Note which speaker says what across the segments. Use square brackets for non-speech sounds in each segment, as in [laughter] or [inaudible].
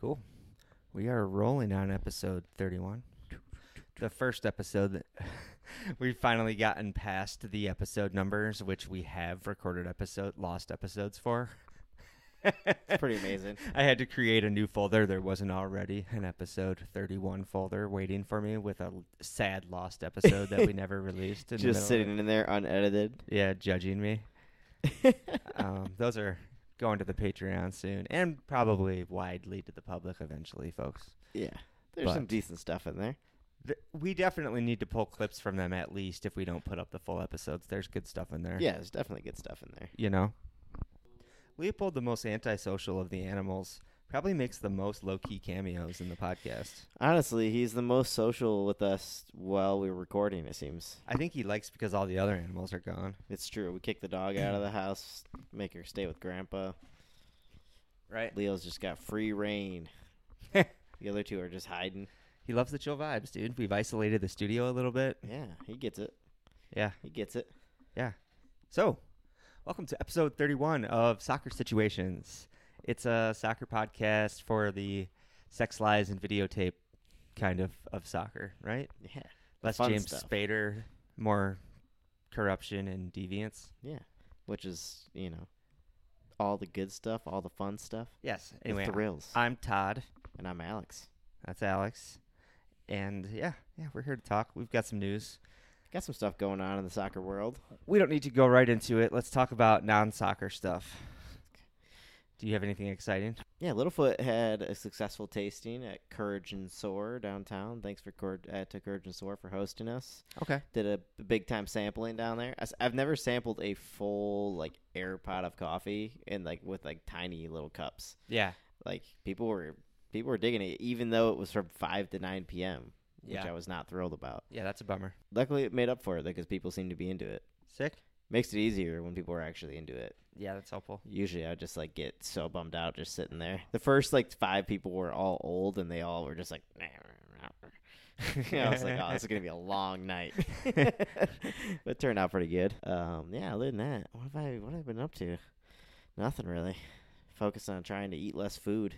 Speaker 1: Cool. We are rolling on episode 31. The first episode that [laughs] we've finally gotten past the episode numbers, which we have recorded episode lost episodes for. [laughs]
Speaker 2: It's pretty amazing.
Speaker 1: I had to create a new folder. There wasn't already an episode 31 folder waiting for me with a l- sad lost episode that we never released. in the middle
Speaker 2: [laughs] Just
Speaker 1: of
Speaker 2: sitting
Speaker 1: it.
Speaker 2: in there unedited.
Speaker 1: Yeah, judging me. um, those are going to the Patreon soon and probably widely to the public eventually, folks.
Speaker 2: Yeah. There's some
Speaker 1: But-
Speaker 2: decent stuff in there.
Speaker 1: Th- we definitely need to pull clips from them at least if we don't put up the full episodes. There's good stuff in there.
Speaker 2: Yeah, there's definitely good stuff in there.
Speaker 1: You know? Leopold, the most antisocial of the animals, probably makes the most low key cameos in the podcast.
Speaker 2: Honestly, he's the most social with us while we're recording, it seems.
Speaker 1: I think he likes because all the other animals are gone.
Speaker 2: It's true. We kick the dog
Speaker 1: [clears throat]
Speaker 2: out of the house, make her stay with grandpa.
Speaker 1: Right.
Speaker 2: Leo's just got free reign. The other two are just hiding.
Speaker 1: [laughs] he loves the chill vibes, dude. We've isolated the studio a little bit.
Speaker 2: Yeah, he gets it.
Speaker 1: Yeah.
Speaker 2: He gets it.
Speaker 1: So, welcome to episode 31 of Soccer Situations. It's a soccer podcast for the sex lies and videotape kind of of soccer, right?
Speaker 2: Yeah.
Speaker 1: Less
Speaker 2: fun
Speaker 1: James
Speaker 2: stuff.
Speaker 1: Spader, more corruption and deviance.
Speaker 2: Yeah. Which is, you know, all the good stuff, all the fun stuff.
Speaker 1: Yes.
Speaker 2: the
Speaker 1: Anyway,
Speaker 2: thrills.
Speaker 1: I'm Todd.
Speaker 2: and I'm Alex.
Speaker 1: That's Alex. And yeah, yeah, we're here to talk. We've got some news.
Speaker 2: Got some stuff going on in the soccer world.
Speaker 1: We don't need to go right into it. Let's talk about non-soccer stuff. Do you have anything exciting?
Speaker 2: Yeah, Littlefoot had a successful tasting at Courage and Soar downtown. Thanks for Cour- uh, to Courage and Soar for hosting us.
Speaker 1: Okay.
Speaker 2: Did a big time sampling down there. I s- I've never sampled a full like air pot of coffee and like with like tiny little cups.
Speaker 1: Yeah.
Speaker 2: Like people were people were digging it, even though it was from five to nine p.m.,
Speaker 1: Yeah.
Speaker 2: which I was not thrilled about.
Speaker 1: Yeah, that's a bummer.
Speaker 2: Luckily, it made up for it because people seemed to be into it.
Speaker 1: Sick.
Speaker 2: Makes it easier when people are actually into it.
Speaker 1: Yeah, that's
Speaker 2: [laughs]
Speaker 1: helpful.
Speaker 2: Usually I just like get so bummed out just sitting there. The first like five people were all old and they all were just like [laughs] I was like, oh, this
Speaker 1: [laughs]
Speaker 2: is gonna be a long night. [laughs] but it turned out pretty good. Um, yeah, other than that, what have I what have I been up to? Nothing really. Focused on trying to eat less food.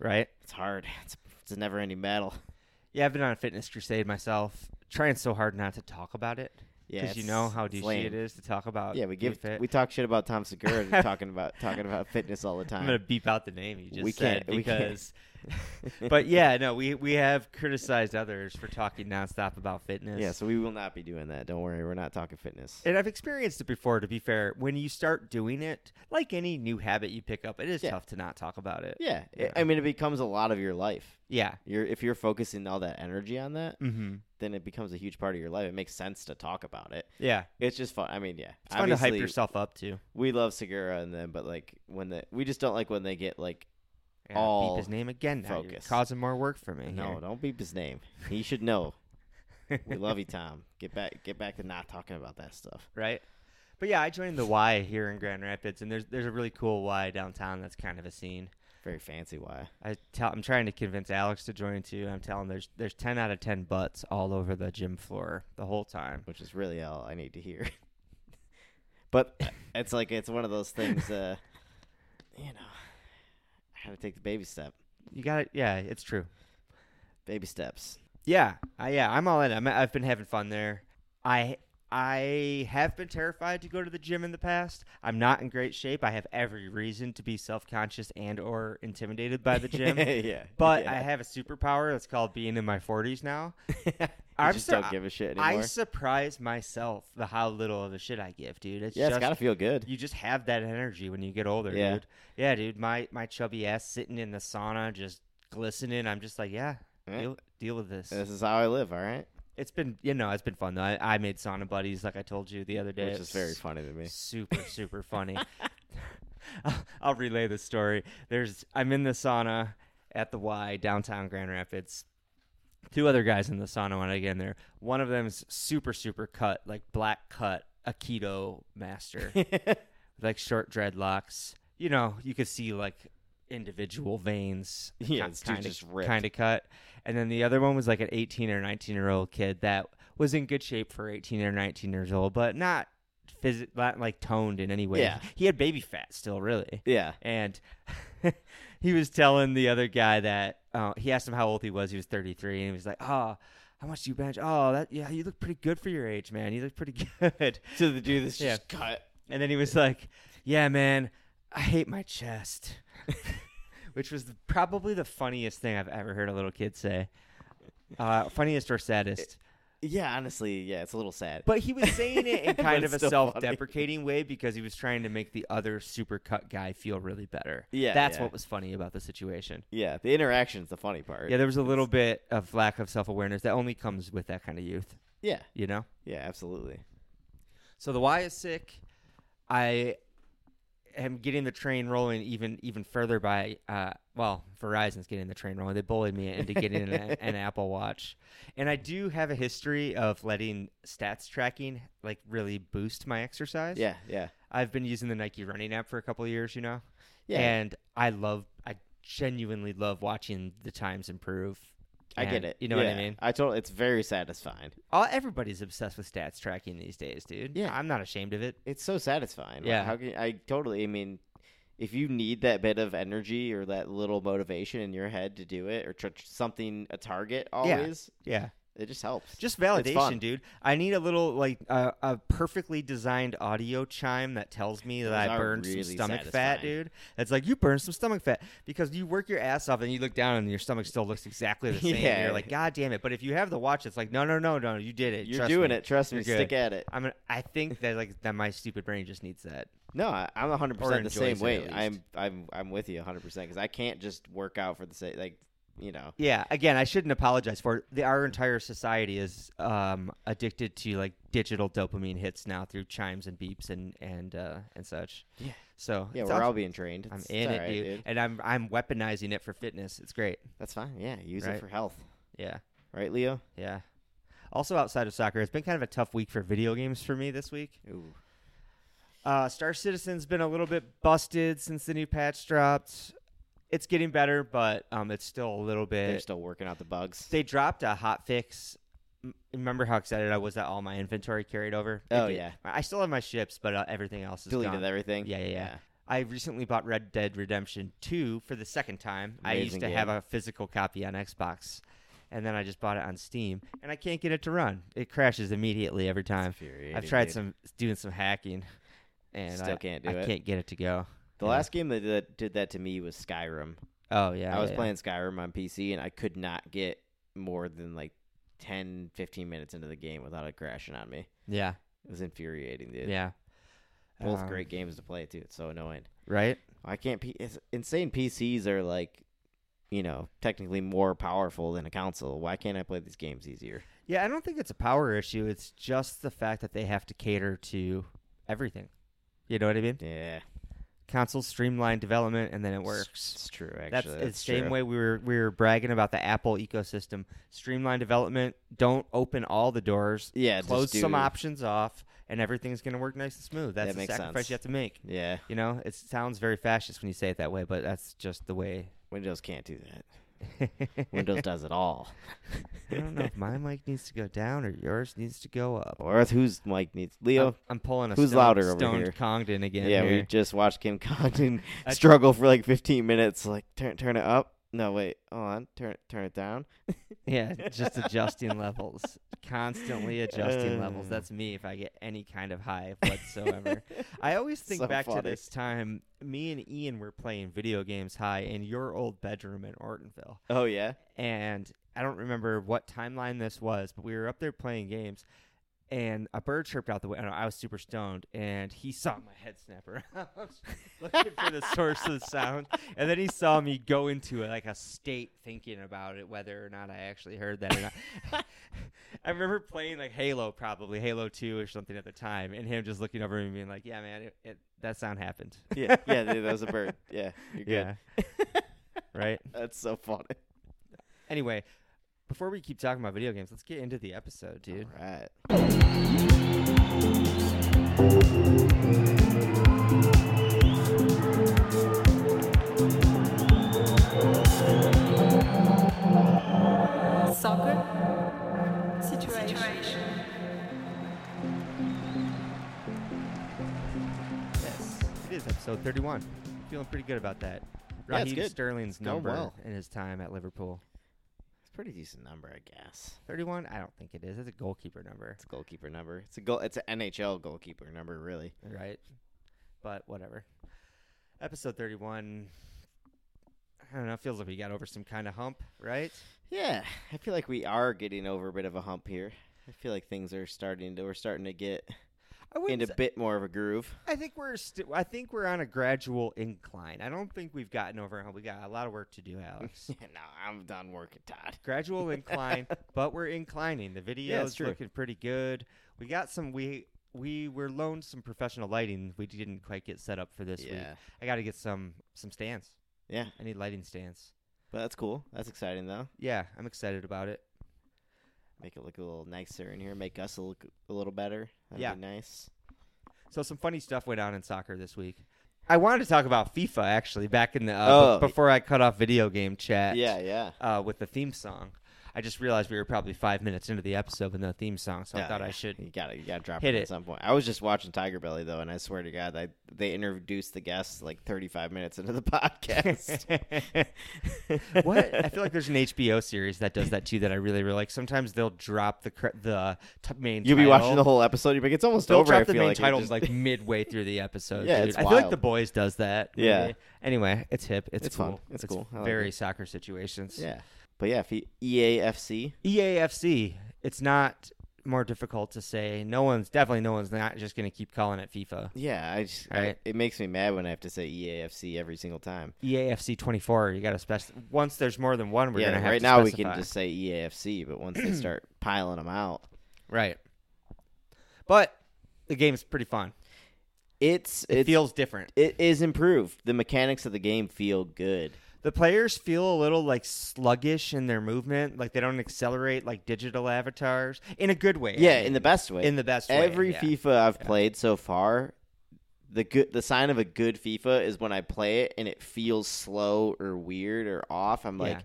Speaker 1: Right?
Speaker 2: It's hard. [laughs] It's it's a never ending battle. [laughs]
Speaker 1: Yeah, I've been on a fitness crusade myself, trying so hard not to talk about it
Speaker 2: Yeah,
Speaker 1: because you
Speaker 2: it's-
Speaker 1: know how
Speaker 2: it's
Speaker 1: douchey
Speaker 2: lame.
Speaker 1: it is to talk about.
Speaker 2: Yeah, we
Speaker 1: being
Speaker 2: give
Speaker 1: fit.
Speaker 2: we talk shit about Tom Segura
Speaker 1: [laughs]
Speaker 2: talking about talking about fitness all the
Speaker 1: I'm gonna
Speaker 2: time.
Speaker 1: beep out the name you just
Speaker 2: We
Speaker 1: said
Speaker 2: can't- we can't. [laughs]
Speaker 1: because. [laughs] but yeah, no, we we have criticized others for talking nonstop about fitness.
Speaker 2: Yeah, so we will not be doing that. Don't worry, we're not talking fitness.
Speaker 1: And I've experienced it before. To be fair, when you start doing it, like any new habit you pick up, it is
Speaker 2: Yeah.
Speaker 1: tough to not talk about it.
Speaker 2: Yeah, i
Speaker 1: Yeah.
Speaker 2: I mean, it becomes a lot of your life.
Speaker 1: Yeah.
Speaker 2: You're if you're focusing all that energy on that,
Speaker 1: Mm-hmm.
Speaker 2: then it becomes a huge part of your life. It makes sense to talk about it.
Speaker 1: Yeah.
Speaker 2: It's just fun. I mean, yeah,
Speaker 1: It's fun to hype
Speaker 2: Obviously,
Speaker 1: yourself up too.
Speaker 2: We love Segura and them, but like when the we just don't like when they get like
Speaker 1: Yeah, beep
Speaker 2: all
Speaker 1: his name again. Now. You're
Speaker 2: focus.
Speaker 1: causing more work for me.
Speaker 2: no, don't beep his name. He should know.
Speaker 1: [laughs]
Speaker 2: we love you, Tom. Get back, get back to not talking about that stuff.
Speaker 1: right? But yeah, I joined the Y here in Grand Rapids, and there's there's a really cool Y downtown that's kind of a scene.
Speaker 2: Very fancy. Why?
Speaker 1: I tell I'm trying to convince Alex to join too. I'm telling him there's there's ten out of ten butts all over the gym floor the whole time.
Speaker 2: Which is really all I need to hear. [laughs] but it's like it's one of those things. Uh, you know, how to take the baby step.
Speaker 1: You got it? Yeah, it's true.
Speaker 2: Baby steps.
Speaker 1: Yeah, I, yeah, I'm all in. I'm, I've been having fun there. I I have been terrified to go to the gym in the past. I'm not in great shape. I have every reason to be self conscious and or intimidated by the
Speaker 2: [laughs]
Speaker 1: gym.
Speaker 2: yeah.
Speaker 1: But
Speaker 2: yeah.
Speaker 1: I have a superpower that's called being in my 40s
Speaker 2: [laughs]
Speaker 1: now.
Speaker 2: I
Speaker 1: I'm
Speaker 2: just
Speaker 1: so-
Speaker 2: don't give a shit
Speaker 1: I
Speaker 2: anymore.
Speaker 1: surprise myself the how little of a shit I give, dude. It's
Speaker 2: yeah, it's
Speaker 1: just
Speaker 2: gotta feel good.
Speaker 1: you just have that energy when you get older,
Speaker 2: Yeah.
Speaker 1: dude. Yeah, dude. My my chubby ass sitting in the sauna just glistening. I'm just like, yeah,
Speaker 2: Eh.
Speaker 1: deal, deal with this.
Speaker 2: This is how I live. All right,
Speaker 1: It's been you know, it's been fun though. I, I made sauna buddies like I told you the other day.
Speaker 2: which is very
Speaker 1: It's
Speaker 2: funny to
Speaker 1: [laughs]
Speaker 2: me. [laughs]
Speaker 1: Super, super funny. [laughs] I'll- I'll relay the story. There's I'm in the sauna at the Y downtown Grand Rapids. Two other guys in the sauna when I get in there. One of them's super, super cut, like black cut, Aikido master, like short dreadlocks. You know, you could see like individual veins.
Speaker 2: [laughs] Yeah, this dude's just ripped.
Speaker 1: kind of cut. And then the other one was like an 18 or 19 year old kid that was in good shape for 18 or 19 years old, but not phys- not like toned in any way.
Speaker 2: Yeah.
Speaker 1: He had baby fat still, really.
Speaker 2: yeah,
Speaker 1: And [laughs] he was telling the other guy that uh, he asked him how old he was. He was 33, and he was like, "Oh, how much do you bench? Oh, that yeah, you look pretty good for your age, man. You look pretty [laughs] good."
Speaker 2: So the dude that's
Speaker 1: Yeah.
Speaker 2: just cut.
Speaker 1: And then he was like, "Yeah, man, I hate my chest," [laughs] which was probably the funniest thing I've ever heard a little kid say. Uh, funniest or saddest.
Speaker 2: Yeah, honestly, yeah, it's a little sad.
Speaker 1: But he was saying [laughs] it
Speaker 2: [laughs]
Speaker 1: in
Speaker 2: But
Speaker 1: kind of
Speaker 2: it's
Speaker 1: a
Speaker 2: still funny.
Speaker 1: self-deprecating way because he was trying to make the other super cut guy feel really better.
Speaker 2: Yeah,
Speaker 1: that's
Speaker 2: yeah.
Speaker 1: what was funny about the situation.
Speaker 2: [laughs] yeah, the interaction's the funny part.
Speaker 1: Yeah, there was a little bit of lack of self-awareness that only comes with that kind of youth,
Speaker 2: yeah,
Speaker 1: you know.
Speaker 2: yeah, absolutely.
Speaker 1: So the Y is sick. I am getting the train rolling even even further by uh, well Verizon's getting the train rolling. They bullied me into getting an,
Speaker 2: [laughs]
Speaker 1: an Apple Watch, and I do have a history of letting stats tracking like really boost my exercise.
Speaker 2: Yeah, yeah,
Speaker 1: I've been using the Nike running app for a couple of years, you know?
Speaker 2: yeah.
Speaker 1: And I love, I genuinely love watching the times improve.
Speaker 2: I get
Speaker 1: And
Speaker 2: it.
Speaker 1: You know
Speaker 2: Yeah,
Speaker 1: what I mean?
Speaker 2: I totally. It's very satisfying.
Speaker 1: All, everybody's obsessed with stats tracking these days, dude.
Speaker 2: Yeah.
Speaker 1: I'm not ashamed of it.
Speaker 2: It's so satisfying. Like,
Speaker 1: Yeah.
Speaker 2: how can I totally? I mean, if you need that bit of energy or that little motivation in your head to do it, or tr- tr- something a target always,
Speaker 1: Yeah.
Speaker 2: it just helps.
Speaker 1: Just
Speaker 2: fun.
Speaker 1: validation, dude. I need a little, like, uh, a perfectly designed audio chime that tells me that
Speaker 2: Those
Speaker 1: I
Speaker 2: are
Speaker 1: burned
Speaker 2: really
Speaker 1: some stomach fat,
Speaker 2: satisfying.
Speaker 1: dude. That's like, you burned some stomach fat because you work your ass off and you look down and your stomach still looks exactly
Speaker 2: [laughs]
Speaker 1: the same. and
Speaker 2: Yeah.
Speaker 1: You're like, God damn it. But if you have the watch, it's like, no, no, no, no, you did it.
Speaker 2: You're
Speaker 1: Trust
Speaker 2: doing
Speaker 1: me.
Speaker 2: it. Trust me.
Speaker 1: You're good.
Speaker 2: Stick at it.
Speaker 1: I'm. I think that like that my stupid brain just needs that.
Speaker 2: No, I, I'm 100
Speaker 1: Or
Speaker 2: percent the
Speaker 1: enjoys
Speaker 2: same
Speaker 1: it, at
Speaker 2: way.
Speaker 1: least.
Speaker 2: I'm I'm I'm with you 100 percent because I can't just work out for the sake like you know.
Speaker 1: Yeah. Again, I shouldn't apologize for it. The, our entire society is um, addicted to like digital dopamine hits now through chimes and beeps and and uh, and such.
Speaker 2: Yeah.
Speaker 1: So
Speaker 2: Yeah,
Speaker 1: it's
Speaker 2: we're
Speaker 1: awesome.
Speaker 2: all being trained.
Speaker 1: I'm
Speaker 2: It's- it's
Speaker 1: in it,
Speaker 2: alright,
Speaker 1: dude. and I'm I'm weaponizing it for fitness. It's great.
Speaker 2: That's fine. Yeah, use
Speaker 1: Right.
Speaker 2: it for health,
Speaker 1: Yeah.
Speaker 2: right, Leo?
Speaker 1: Yeah. Also, outside of soccer, it's been kind of a tough week for video games for me this week.
Speaker 2: Ooh,
Speaker 1: Uh, Star Citizen's been a little bit busted since the new patch dropped. It's getting better, but um, it's still a little bit.
Speaker 2: they're still working out the bugs.
Speaker 1: They dropped a hot fix. M- Remember how excited I was that all my inventory carried over?
Speaker 2: Oh,
Speaker 1: It did-
Speaker 2: yeah.
Speaker 1: I still have my ships, but uh, everything else is
Speaker 2: Deleted
Speaker 1: gone.
Speaker 2: everything.
Speaker 1: Yeah, yeah, yeah. I recently bought Red Dead Redemption 2 for the second time. I used
Speaker 2: Amazing
Speaker 1: to have
Speaker 2: game.
Speaker 1: a physical copy on Xbox, and then I just bought it on Steam, and I can't get it to run. It crashes immediately every time. I've tried some doing some hacking, and
Speaker 2: Still
Speaker 1: I
Speaker 2: can't do
Speaker 1: I
Speaker 2: it.
Speaker 1: can't get it to go.
Speaker 2: The
Speaker 1: yeah.
Speaker 2: last game that did, that did that to me was Skyrim.
Speaker 1: Oh yeah,
Speaker 2: I was
Speaker 1: yeah, yeah.
Speaker 2: playing Skyrim on PC and I could not get more than like 10, 15 minutes into the game without it crashing on me.
Speaker 1: Yeah,
Speaker 2: It was infuriating, dude.
Speaker 1: yeah.
Speaker 2: Both
Speaker 1: Um,
Speaker 2: great games to play too. It's so annoying.
Speaker 1: right?
Speaker 2: I can't. P- it's insane. PCs are like, you know, technically more powerful than a console. Why can't I play these games easier?
Speaker 1: Yeah, I don't think it's a power issue. It's just the fact that they have to cater to everything. You know what I mean?
Speaker 2: Yeah,
Speaker 1: Console streamlined development, and then it
Speaker 2: it's-
Speaker 1: works.
Speaker 2: It's true. Actually,
Speaker 1: That's,
Speaker 2: that's,
Speaker 1: it's the same
Speaker 2: true.
Speaker 1: way we were we were bragging about the Apple ecosystem. Streamlined development. Don't open all the doors.
Speaker 2: Yeah, just
Speaker 1: Close some
Speaker 2: do-
Speaker 1: options off, and everything's gonna work nice and smooth. That's
Speaker 2: That
Speaker 1: the
Speaker 2: makes
Speaker 1: sacrifice
Speaker 2: sense.
Speaker 1: you have to make.
Speaker 2: Yeah,
Speaker 1: You know, it sounds very fascist when you say it that way, but that's just the way. [laughs]
Speaker 2: Windows can't do that.
Speaker 1: I
Speaker 2: Windows does it all.
Speaker 1: don't know if my mic needs to go down or yours needs to go up.
Speaker 2: Or if whose mic needs
Speaker 1: I'm,
Speaker 2: Leo?
Speaker 1: I'm pulling a
Speaker 2: who's
Speaker 1: stoned,
Speaker 2: louder over
Speaker 1: stoned
Speaker 2: here?
Speaker 1: Congdon again.
Speaker 2: yeah, we
Speaker 1: here.
Speaker 2: just watched Kim Condon
Speaker 1: I-
Speaker 2: struggle for like 15 minutes. Like turn turn it up. No wait, hold on. Turn turn it down.
Speaker 1: [laughs] yeah, just adjusting levels, constantly adjusting levels.
Speaker 2: Uh.
Speaker 1: That's me if I get any kind of high
Speaker 2: [laughs]
Speaker 1: whatsoever. I always think
Speaker 2: So
Speaker 1: back to
Speaker 2: funny.
Speaker 1: this time. Me and Ian were playing video games high in your old bedroom in Ortonville.
Speaker 2: Oh yeah.
Speaker 1: and I don't remember what timeline this was, but we were up there playing games, and a bird chirped out the window. I was super stoned, and he saw my head snap around, [laughs] [laughs] looking for the source of the sound, and then he saw me go into like a state thinking about it, whether or not I actually heard that or not. [laughs] I remember playing like Halo, probably Halo Two or something at the time, and him just looking over at me and being like, "Yeah, man, it, it, that sound happened."
Speaker 2: [laughs]
Speaker 1: [laughs]
Speaker 2: Yeah, yeah, dude, that was a bird. Yeah, you're good.
Speaker 1: Yeah. right.
Speaker 2: That's so funny.
Speaker 1: Anyway, before we keep talking about video games, let's get into the episode, dude.
Speaker 2: All right.
Speaker 3: Soccer situation.
Speaker 1: Yes, it is episode 31. Feeling pretty good about that.
Speaker 2: Yeah, it's
Speaker 1: Raheem
Speaker 2: good.
Speaker 1: Sterling's
Speaker 2: going
Speaker 1: number
Speaker 2: well.
Speaker 1: in his time at Liverpool.
Speaker 2: It's a pretty decent number, I guess.
Speaker 1: 31? I don't think it is. It's a goalkeeper number,
Speaker 2: It's a goalkeeper number. It's a goal. It's an NHL goalkeeper number, really.
Speaker 1: right? But whatever. Episode 31. I don't know. It feels like we got over some kind of hump, right?
Speaker 2: Yeah, I feel like we are getting over a bit of a hump here. I feel like things are starting to. We're starting to get
Speaker 1: I
Speaker 2: in
Speaker 1: wouldn't
Speaker 2: a
Speaker 1: say-
Speaker 2: bit more of a [laughs] groove.
Speaker 1: I think we're st- I think we're on a gradual incline. I don't think we've gotten over how we got a lot of work to do, Alex. [laughs]
Speaker 2: no, I'm done working, Todd.
Speaker 1: gradual incline, but we're inclining. The
Speaker 2: Yeah, it's
Speaker 1: video's
Speaker 2: true.
Speaker 1: looking pretty good. We got some we we were loaned some professional lighting. We didn't quite get set up for this
Speaker 2: yeah,
Speaker 1: week. I got to get some some stands.
Speaker 2: yeah,
Speaker 1: I need lighting stands.
Speaker 2: but that's cool. That's exciting though.
Speaker 1: Yeah, I'm excited about it.
Speaker 2: Make it look a little nicer in here. Make us look a little better. That'd
Speaker 1: Yeah.
Speaker 2: be nice.
Speaker 1: So some funny stuff went on in soccer this week. I wanted to talk about FIFA actually back in the uh,
Speaker 2: Oh.
Speaker 1: b- before I cut off video game chat.
Speaker 2: Yeah, yeah.
Speaker 1: uh, with the theme song. I just realized we were probably five minutes into the episode with no theme song, so I
Speaker 2: Yeah,
Speaker 1: thought I
Speaker 2: yeah. [laughs]
Speaker 1: should.
Speaker 2: You gotta, you gotta drop
Speaker 1: Hit
Speaker 2: it,
Speaker 1: it.
Speaker 2: at some point. I was just watching Tiger Belly though, and I swear to God, I, they introduced the guests like 35 minutes into the [laughs] podcast.
Speaker 1: [laughs] What I feel like there's an HBO series that does that too that I really really like. Sometimes they'll drop the cre- the t- main.
Speaker 2: You'll be watching the
Speaker 1: title.
Speaker 2: whole episode. You're like, it's almost
Speaker 1: They'll
Speaker 2: over. I
Speaker 1: drop the
Speaker 2: feel
Speaker 1: main
Speaker 2: like It
Speaker 1: title
Speaker 2: just- [laughs]
Speaker 1: like midway through the episode.
Speaker 2: Yeah,
Speaker 1: dude.
Speaker 2: it's
Speaker 1: I feel like
Speaker 2: wild.
Speaker 1: the boys does that.
Speaker 2: Yeah.
Speaker 1: Anyway, it's hip. It's,
Speaker 2: It's
Speaker 1: cool.
Speaker 2: fun. It's cool. I like
Speaker 1: very
Speaker 2: it.
Speaker 1: soccer situations.
Speaker 2: yeah, but yeah, if E, he, EAFC.
Speaker 1: E EAFC. It's not more difficult to say. No one's definitely no one's not just going to keep calling it FIFA.
Speaker 2: Yeah, I just I,
Speaker 1: Alright.
Speaker 2: it makes me mad when I have to say E EAFC every single time.
Speaker 1: EAFC 24. You got to specify. Once there's more than one, we're
Speaker 2: yeah,
Speaker 1: gonna have
Speaker 2: right
Speaker 1: to
Speaker 2: now we
Speaker 1: specify.
Speaker 2: can just say E EAFC, but once
Speaker 1: [clears throat]
Speaker 2: they start piling them out,
Speaker 1: right. But the game's pretty fun.
Speaker 2: it's
Speaker 1: It
Speaker 2: it's,
Speaker 1: feels different.
Speaker 2: it is improved. The mechanics of the game feel good.
Speaker 1: The players feel a little like sluggish in their movement, like they don't accelerate like digital avatars in a good way. I
Speaker 2: Yeah,
Speaker 1: mean.
Speaker 2: in the best way.
Speaker 1: in the best
Speaker 2: every
Speaker 1: way. yeah.
Speaker 2: FIFA I've played so far, the good the sign of a good FIFA is when I play it and it feels slow or weird or off. I'm like,
Speaker 1: Yeah.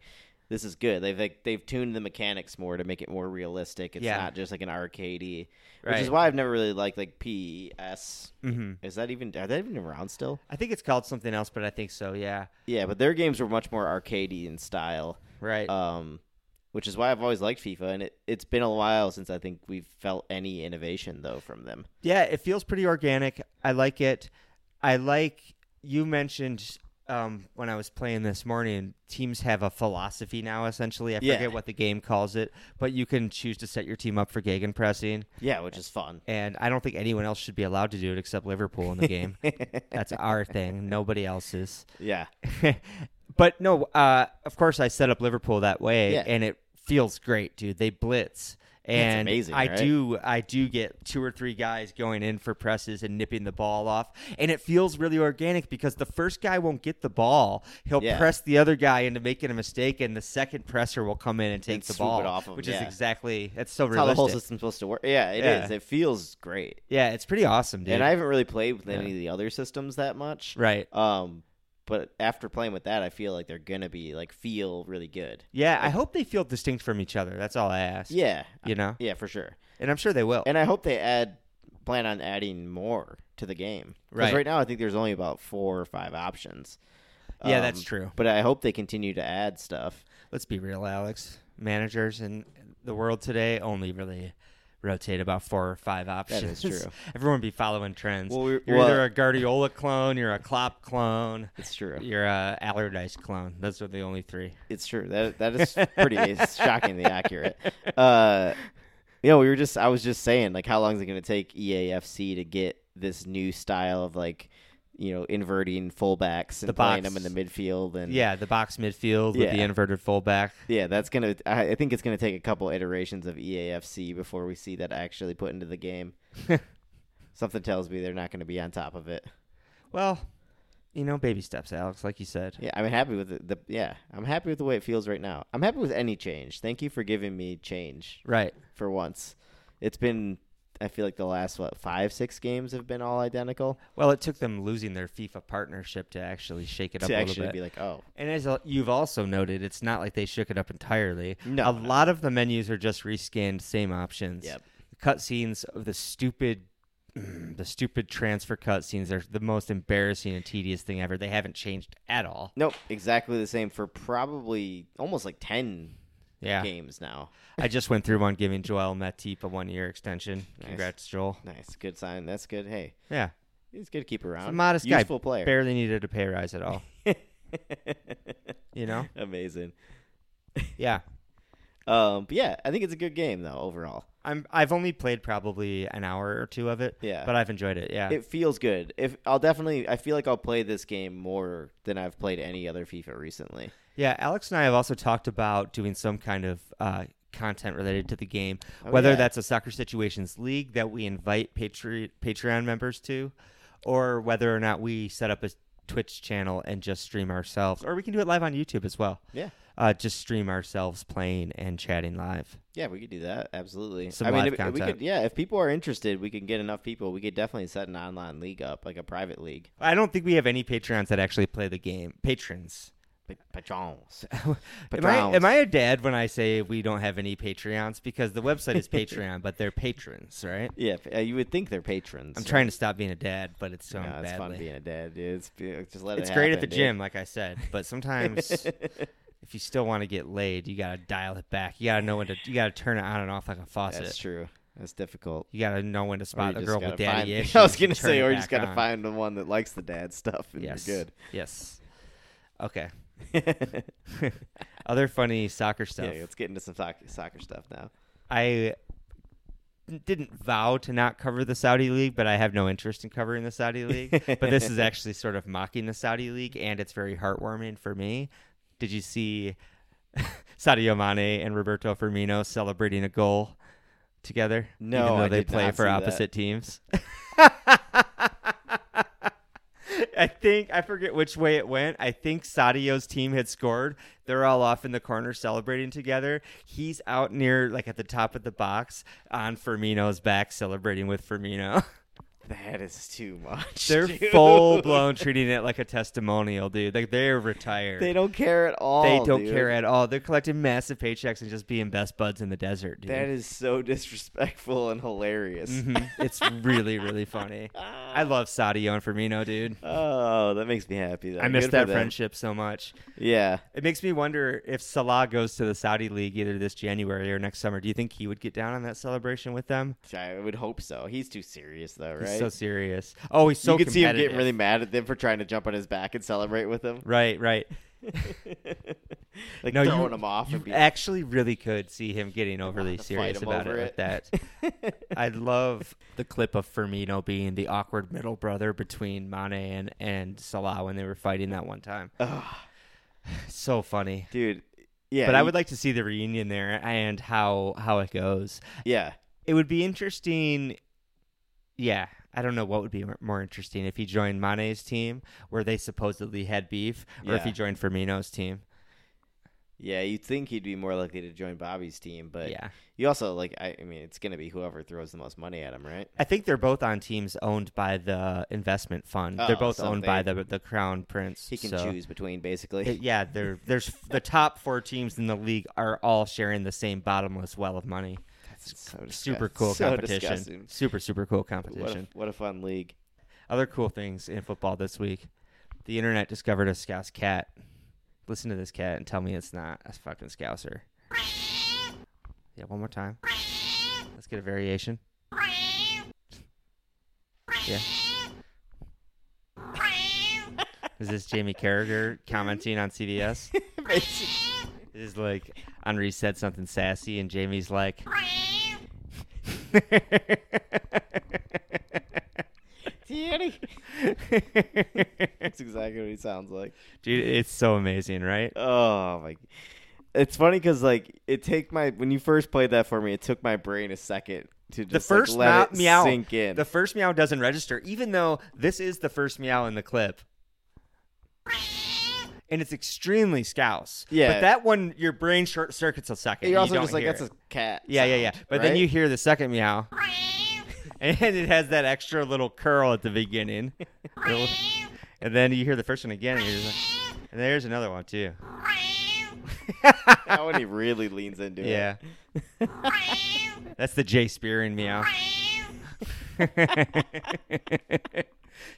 Speaker 2: this is good. They've like, they've tuned the mechanics more to make it more realistic. It's
Speaker 1: Yeah.
Speaker 2: not just like an arcadey, which
Speaker 1: Right.
Speaker 2: is why I've never really liked like PES.
Speaker 1: Mhm.
Speaker 2: Is that even are they even around still?
Speaker 1: I think it's called something else, but I think so. Yeah.
Speaker 2: Yeah, but their games were much more arcadey in style.
Speaker 1: Right.
Speaker 2: Um. Which is why I've always liked FIFA, and it, it's been a while since I think we've felt any innovation though from them.
Speaker 1: Yeah, it feels pretty organic. I like it. I like you mentioned um, when I was playing this morning. Teams have a philosophy now, essentially. I
Speaker 2: Yeah.
Speaker 1: forget what the game calls it, but you can choose to set your team up for gegenpressing.
Speaker 2: Yeah, which is fun.
Speaker 1: And I don't think anyone else should be allowed to do it except Liverpool in the game. That's our thing. Nobody else's.
Speaker 2: Yeah.
Speaker 1: [laughs] but no, uh, of course I set up Liverpool that way,
Speaker 2: Yeah.
Speaker 1: and it feels great, dude. They blitz, and
Speaker 2: amazing,
Speaker 1: I
Speaker 2: right?
Speaker 1: do, I do get two or three guys going in for presses and nipping the ball off, and it feels really organic because the first guy won't get the ball; he'll
Speaker 2: Yeah.
Speaker 1: press the other guy into making a mistake, and the second presser will come in and take
Speaker 2: And
Speaker 1: the
Speaker 2: swoop it
Speaker 1: ball
Speaker 2: off him,
Speaker 1: which is
Speaker 2: yeah.
Speaker 1: exactly that's so
Speaker 2: That's how the
Speaker 1: realistic.
Speaker 2: whole system's supposed to work. Yeah, it is.
Speaker 1: Yeah.
Speaker 2: It feels great.
Speaker 1: yeah, it's pretty awesome, dude.
Speaker 2: And I haven't really played with
Speaker 1: Yeah.
Speaker 2: any of the other systems that much.
Speaker 1: right.
Speaker 2: Um, but after playing with that, I feel like they're gonna be like feel really good.
Speaker 1: Yeah, I hope they feel distinct from each other. That's all I ask.
Speaker 2: Yeah,
Speaker 1: You know,
Speaker 2: yeah, for sure.
Speaker 1: and I'm sure they will.
Speaker 2: And I hope they add plan on adding more to the game. 'Cause
Speaker 1: Right.
Speaker 2: right now, I think there's only about four or five options. Um,
Speaker 1: Yeah, that's true.
Speaker 2: But I hope they continue to add stuff.
Speaker 1: Let's be real, Alex. Managers in the world today only really rotate about four or five options.
Speaker 2: is true.
Speaker 1: [laughs] Everyone be following trends.
Speaker 2: Well, we-
Speaker 1: you're
Speaker 2: well-
Speaker 1: either a Guardiola clone, you're a Klopp clone,
Speaker 2: It's true.
Speaker 1: you're a Allardyce clone. Those are the only three.
Speaker 2: It's true. That that
Speaker 1: [laughs]
Speaker 2: is pretty it's shockingly accurate. Uh, you know, we were just I was just saying like how long is it going to take E EAFC to get this new style of like you know inverting fullbacks and
Speaker 1: The
Speaker 2: playing
Speaker 1: box.
Speaker 2: them in the midfield and
Speaker 1: Yeah, the box midfield with the
Speaker 2: Mm. Yeah.
Speaker 1: inverted fullback.
Speaker 2: yeah that's gonna I, I think it's gonna take a couple iterations of E EAFC before we see that actually put into
Speaker 1: [laughs]
Speaker 2: the game. Something tells me they're not going to be on top of it.
Speaker 1: Well, you know, baby steps, Alex, like you said.
Speaker 2: Yeah, I'm happy with the, the yeah I'm happy with the way it feels right now. I'm happy with any change. Thank you for giving me change.
Speaker 1: Right.
Speaker 2: for once. It's been I feel like the last what five six games have been all identical
Speaker 1: Well, it took them losing their FIFA partnership to actually shake it up
Speaker 2: to
Speaker 1: a little
Speaker 2: actually
Speaker 1: bit.
Speaker 2: be like oh
Speaker 1: And as al- you've also noted, it's not like they shook it up entirely.
Speaker 2: No,
Speaker 1: a
Speaker 2: no.
Speaker 1: lot of the menus are just reskinned, same options.
Speaker 2: Yep.
Speaker 1: Cutscenes of the stupid [clears throat] the stupid transfer cut scenes are the most embarrassing and tedious thing ever. They haven't changed at all.
Speaker 2: Nope, exactly the same for probably almost like 10
Speaker 1: Yeah.
Speaker 2: games now.
Speaker 1: I just went through one giving Joel Matip a one year extension.
Speaker 2: Nice.
Speaker 1: Congrats, Joel.
Speaker 2: Nice, good sign. That's good. Hey,
Speaker 1: Yeah.
Speaker 2: he's good to keep around.
Speaker 1: He's a modest guy.
Speaker 2: Useful player.
Speaker 1: Barely needed a pay rise at all. You
Speaker 2: [laughs]
Speaker 1: know?
Speaker 2: Amazing.
Speaker 1: Yeah.
Speaker 2: Um, but yeah, I think it's a good game though overall.
Speaker 1: I'm I've only played probably an hour or two of it.
Speaker 2: Yeah.
Speaker 1: But I've enjoyed it. Yeah.
Speaker 2: It feels good. If I'll definitely, I feel like I'll play this game more than I've played any other FIFA recently.
Speaker 1: yeah. Alex and I have also talked about doing some kind of uh content related to the game
Speaker 2: Oh,
Speaker 1: whether
Speaker 2: yeah.
Speaker 1: that's a soccer situations league that we invite Patre- patreon members to or whether or not we set up a twitch channel and just stream ourselves or we can do it live on youtube as well
Speaker 2: Yeah.
Speaker 1: uh, just stream ourselves playing and chatting live
Speaker 2: Yeah, we could do that. Absolutely.
Speaker 1: Some
Speaker 2: I mean,
Speaker 1: live
Speaker 2: if- we
Speaker 1: content.
Speaker 2: could. Yeah, if people are interested, we can get enough people. We could definitely set an online league up, like a private league.
Speaker 1: i don't think we have any patreons that actually play the game patrons [laughs]
Speaker 2: Pa- Patrons.
Speaker 1: Am I,
Speaker 2: Patrons.
Speaker 1: am I a dad when I say we don't have any Patreons? Because the website is Patreon, but they're patrons, right?
Speaker 2: Yeah, uh, you would think they're patrons.
Speaker 1: I'm trying to stop being a dad, but it's so
Speaker 2: No, it's fun
Speaker 1: badly.
Speaker 2: being a dad, dude. It's be- just let it
Speaker 1: it's great at the
Speaker 2: happen, dude.
Speaker 1: gym, like I said,
Speaker 2: [laughs]
Speaker 1: but sometimes if you still want to get laid, you gotta dial it back. You gotta know when to. You gotta turn it on and off like a faucet.
Speaker 2: That's true. That's difficult.
Speaker 1: You gotta know when to
Speaker 2: Or you
Speaker 1: spot the
Speaker 2: just
Speaker 1: girl
Speaker 2: gotta
Speaker 1: with daddy
Speaker 2: find- [laughs]
Speaker 1: issues.
Speaker 2: I was gonna
Speaker 1: and turn
Speaker 2: say,
Speaker 1: it
Speaker 2: or you just
Speaker 1: back
Speaker 2: gotta
Speaker 1: on.
Speaker 2: find the one that likes the dad stuff, and
Speaker 1: Yes. [laughs]
Speaker 2: you're good. [laughs]
Speaker 1: Yes. Okay.
Speaker 2: yeah,
Speaker 1: Other funny soccer stuff.
Speaker 2: let's get into some soc- soccer stuff now.
Speaker 1: I didn't vow to not cover the Saudi League, but I have no interest in covering the Saudi League. but this
Speaker 2: [laughs]
Speaker 1: is actually sort of mocking the Saudi League, and it's very heartwarming for me. Did you see Sadio Mane and Roberto Firmino celebrating a goal together?
Speaker 2: No,
Speaker 1: even though
Speaker 2: I
Speaker 1: they
Speaker 2: did
Speaker 1: play
Speaker 2: not
Speaker 1: for
Speaker 2: see that.
Speaker 1: opposite teams. [laughs] I think I forget which way it went. I think Sadio's team had scored. They're all off in the corner celebrating together. He's out near like at the top of the box on Firmino's back celebrating with Firmino. [laughs]
Speaker 2: That is too much.
Speaker 1: They're
Speaker 2: [laughs] dude.
Speaker 1: full blown treating it like a testimonial, dude. Like they're retired.
Speaker 2: They don't care at all.
Speaker 1: They don't
Speaker 2: dude.
Speaker 1: care at all. They're collecting massive paychecks and just being best buds in the desert, dude. [laughs]
Speaker 2: That is so disrespectful and hilarious.
Speaker 1: Mhm.
Speaker 2: [laughs]
Speaker 1: It's really, really funny. I love Sadio and Firmino, dude.
Speaker 2: Oh, that makes me happy. Though.
Speaker 1: I miss
Speaker 2: Good for
Speaker 1: that
Speaker 2: them.
Speaker 1: friendship so much.
Speaker 2: Yeah,
Speaker 1: It makes me wonder if Salah goes to the Saudi League either this January or next summer. Do you think he would get down on that celebration with them?
Speaker 2: I would hope so. He's too serious though, right?
Speaker 1: He's so serious. Oh, he's so
Speaker 2: you can see him getting
Speaker 1: competitive.
Speaker 2: really mad at them for trying to jump on his back and celebrate with him. [laughs]
Speaker 1: Right, right.
Speaker 2: like
Speaker 1: No, you-
Speaker 2: throwing him off
Speaker 1: You
Speaker 2: and be
Speaker 1: actually really could see him getting overly
Speaker 2: [laughs] Fight
Speaker 1: serious
Speaker 2: him
Speaker 1: about it,
Speaker 2: over
Speaker 1: like
Speaker 2: it.
Speaker 1: that. I love the clip of Firmino being the awkward middle brother between Mane and, and Salah when they were fighting that one time. [laughs]
Speaker 2: Ugh,
Speaker 1: So funny.
Speaker 2: dude. Yeah,
Speaker 1: but I
Speaker 2: you-
Speaker 1: would like to see the reunion there and how how it goes.
Speaker 2: Yeah,
Speaker 1: It would be interesting. Yeah, I don't know what would be more interesting if he joined Mane's team where they supposedly had beef, or if he
Speaker 2: Yeah.
Speaker 1: joined Firmino's team.
Speaker 2: yeah. You'd think he'd be more likely to join Bobby's team, but
Speaker 1: yeah,
Speaker 2: you also like. I, I mean, it's gonna be whoever throws the most money at him, right?
Speaker 1: I think they're both on teams owned by the investment fund. they're
Speaker 2: Oh,
Speaker 1: both
Speaker 2: so
Speaker 1: owned by
Speaker 2: they-
Speaker 1: the the crown prince.
Speaker 2: He can
Speaker 1: so-
Speaker 2: choose between basically. [laughs]
Speaker 1: It- yeah, there- there's the top four teams in the league are all sharing the same bottomless well of money.
Speaker 2: That's so disgust-
Speaker 1: Super cool
Speaker 2: so
Speaker 1: competition.
Speaker 2: disgusting.
Speaker 1: Super super cool
Speaker 2: What a,
Speaker 1: competition.
Speaker 2: what a
Speaker 1: [laughs]
Speaker 2: fun league.
Speaker 1: Other cool things in football this week. The internet discovered a scouse cat. Listen to this cat and tell me it's not a fucking scouser. Yeah, one more time. Let's get a variation.
Speaker 2: [laughs]
Speaker 1: Yeah. Is this Jamie Carragher commenting on CBS? Is like Henri said something sassy and Jamie's like [laughs]
Speaker 2: Daddy. That's exactly what he sounds like.
Speaker 1: Dude, it's so amazing, right?
Speaker 2: Oh my! It's funny because like it take my when you first played that for me, it took my brain a second to just
Speaker 1: the first
Speaker 2: like, let
Speaker 1: mou-
Speaker 2: it
Speaker 1: meow
Speaker 2: sink in.
Speaker 1: The first meow doesn't register, even though this is the first meow in the clip. And it's extremely scouse.
Speaker 2: Yeah.
Speaker 1: But that one, your brain short circuits a second.
Speaker 2: You're
Speaker 1: You
Speaker 2: also
Speaker 1: don't
Speaker 2: just like
Speaker 1: hear
Speaker 2: that's
Speaker 1: it.
Speaker 2: a cat.
Speaker 1: Yeah, yeah, yeah.
Speaker 2: sound,
Speaker 1: But then
Speaker 2: right?
Speaker 1: you hear the second meow. And it has that extra little curl at the beginning. Little- and then you hear the first one again. And, you're just like, and there's another one, too. [laughs]
Speaker 2: that one he really leans into
Speaker 1: Yeah. [laughs]
Speaker 2: it.
Speaker 1: That's the J Spearing meow. [laughs]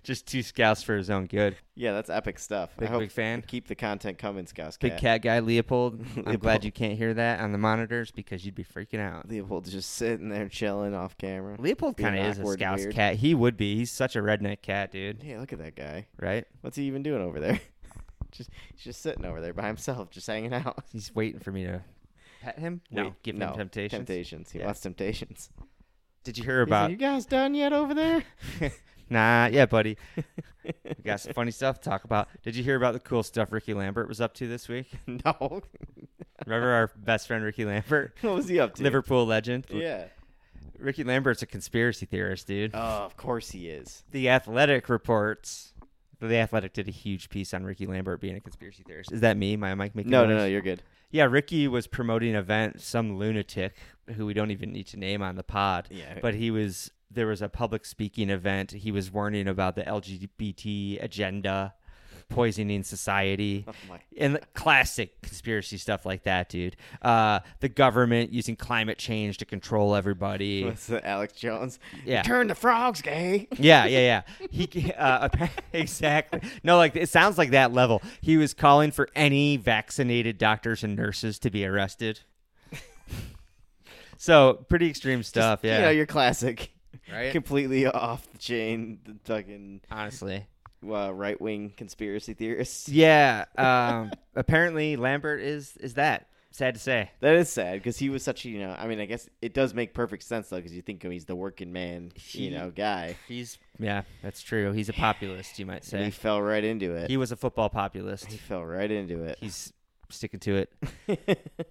Speaker 1: Just two scouts for his own good.
Speaker 2: Yeah, that's epic stuff. I
Speaker 1: Big
Speaker 2: hope
Speaker 1: big fan.
Speaker 2: keep the content coming, Scouse
Speaker 1: Big
Speaker 2: Cat.
Speaker 1: cat guy
Speaker 2: [laughs]
Speaker 1: Leopold. I'm glad
Speaker 2: Leopold.
Speaker 1: you can't hear that on the monitors because you'd be freaking out.
Speaker 2: Leopold's just sitting there chilling off camera.
Speaker 1: Leopold
Speaker 2: Being
Speaker 1: kind of is a
Speaker 2: awkward and
Speaker 1: scouse
Speaker 2: weird.
Speaker 1: cat. He would be. He's such a redneck cat, dude.
Speaker 2: Hey, look at that guy.
Speaker 1: Right?
Speaker 2: What's he even doing over there? [laughs] just he's just sitting over there by himself, just hanging out.
Speaker 1: He's waiting for me to pet him.
Speaker 2: No,
Speaker 1: Wait, give
Speaker 2: no,
Speaker 1: him temptations.
Speaker 2: Temptations. He
Speaker 1: Yeah.
Speaker 2: wants temptations. He
Speaker 1: Did you hear
Speaker 2: said,
Speaker 1: about?
Speaker 2: you guys done yet over there?
Speaker 1: Nah, yeah, buddy. [laughs] We got
Speaker 2: [laughs]
Speaker 1: some funny stuff to talk about. Did you hear about the cool stuff Ricky Lambert was up to this week? [laughs]
Speaker 2: no.
Speaker 1: Remember our best friend Ricky Lambert,
Speaker 2: what was he up to?
Speaker 1: Liverpool legend.
Speaker 2: Yeah.
Speaker 1: Ricky Lambert's a conspiracy theorist, dude.
Speaker 2: Oh, of course he is.
Speaker 1: The Athletic reports. The Athletic did a huge piece on Ricky Lambert being a conspiracy theorist. Is that me? My mic making
Speaker 2: No,
Speaker 1: noise?
Speaker 2: no, no. You're good.
Speaker 1: Yeah, Ricky was promoting an event. Some lunatic who we don't even need to name on the pod.
Speaker 2: Yeah.
Speaker 1: but he was there was a public speaking event he was warning about the lgbt agenda poisoning society
Speaker 2: [laughs] Oh my.
Speaker 1: and the classic conspiracy stuff like that dude uh, the government using climate change to control
Speaker 2: [laughs]
Speaker 1: everybody
Speaker 2: What's the Alex Jones?
Speaker 1: Yeah.
Speaker 2: Turn the frogs gay. [laughs]
Speaker 1: yeah, yeah, yeah. He [laughs] uh, appa- exactly. No, like it sounds like that level. He was calling for any vaccinated doctors and nurses to be
Speaker 2: [laughs]
Speaker 1: arrested. So pretty extreme stuff.
Speaker 2: You know,
Speaker 1: yeah,
Speaker 2: your classic.
Speaker 1: right.
Speaker 2: Completely off the chain, the fucking
Speaker 1: Honestly,
Speaker 2: uh, right wing conspiracy theorists.
Speaker 1: Yeah. Um, [laughs] apparently, Lambert is is that. Sad to say.
Speaker 2: That is sad because he was such a, you know, I mean, I guess it does make perfect sense though because you think of him, he's the working man,
Speaker 1: He-
Speaker 2: you know, guy.
Speaker 1: He's yeah, that's true. He's a populist, you might
Speaker 2: And
Speaker 1: say.
Speaker 2: he fell right into it.
Speaker 1: He was a football populist.
Speaker 2: He fell right into it.
Speaker 1: He's sticking to
Speaker 2: [laughs]
Speaker 1: it.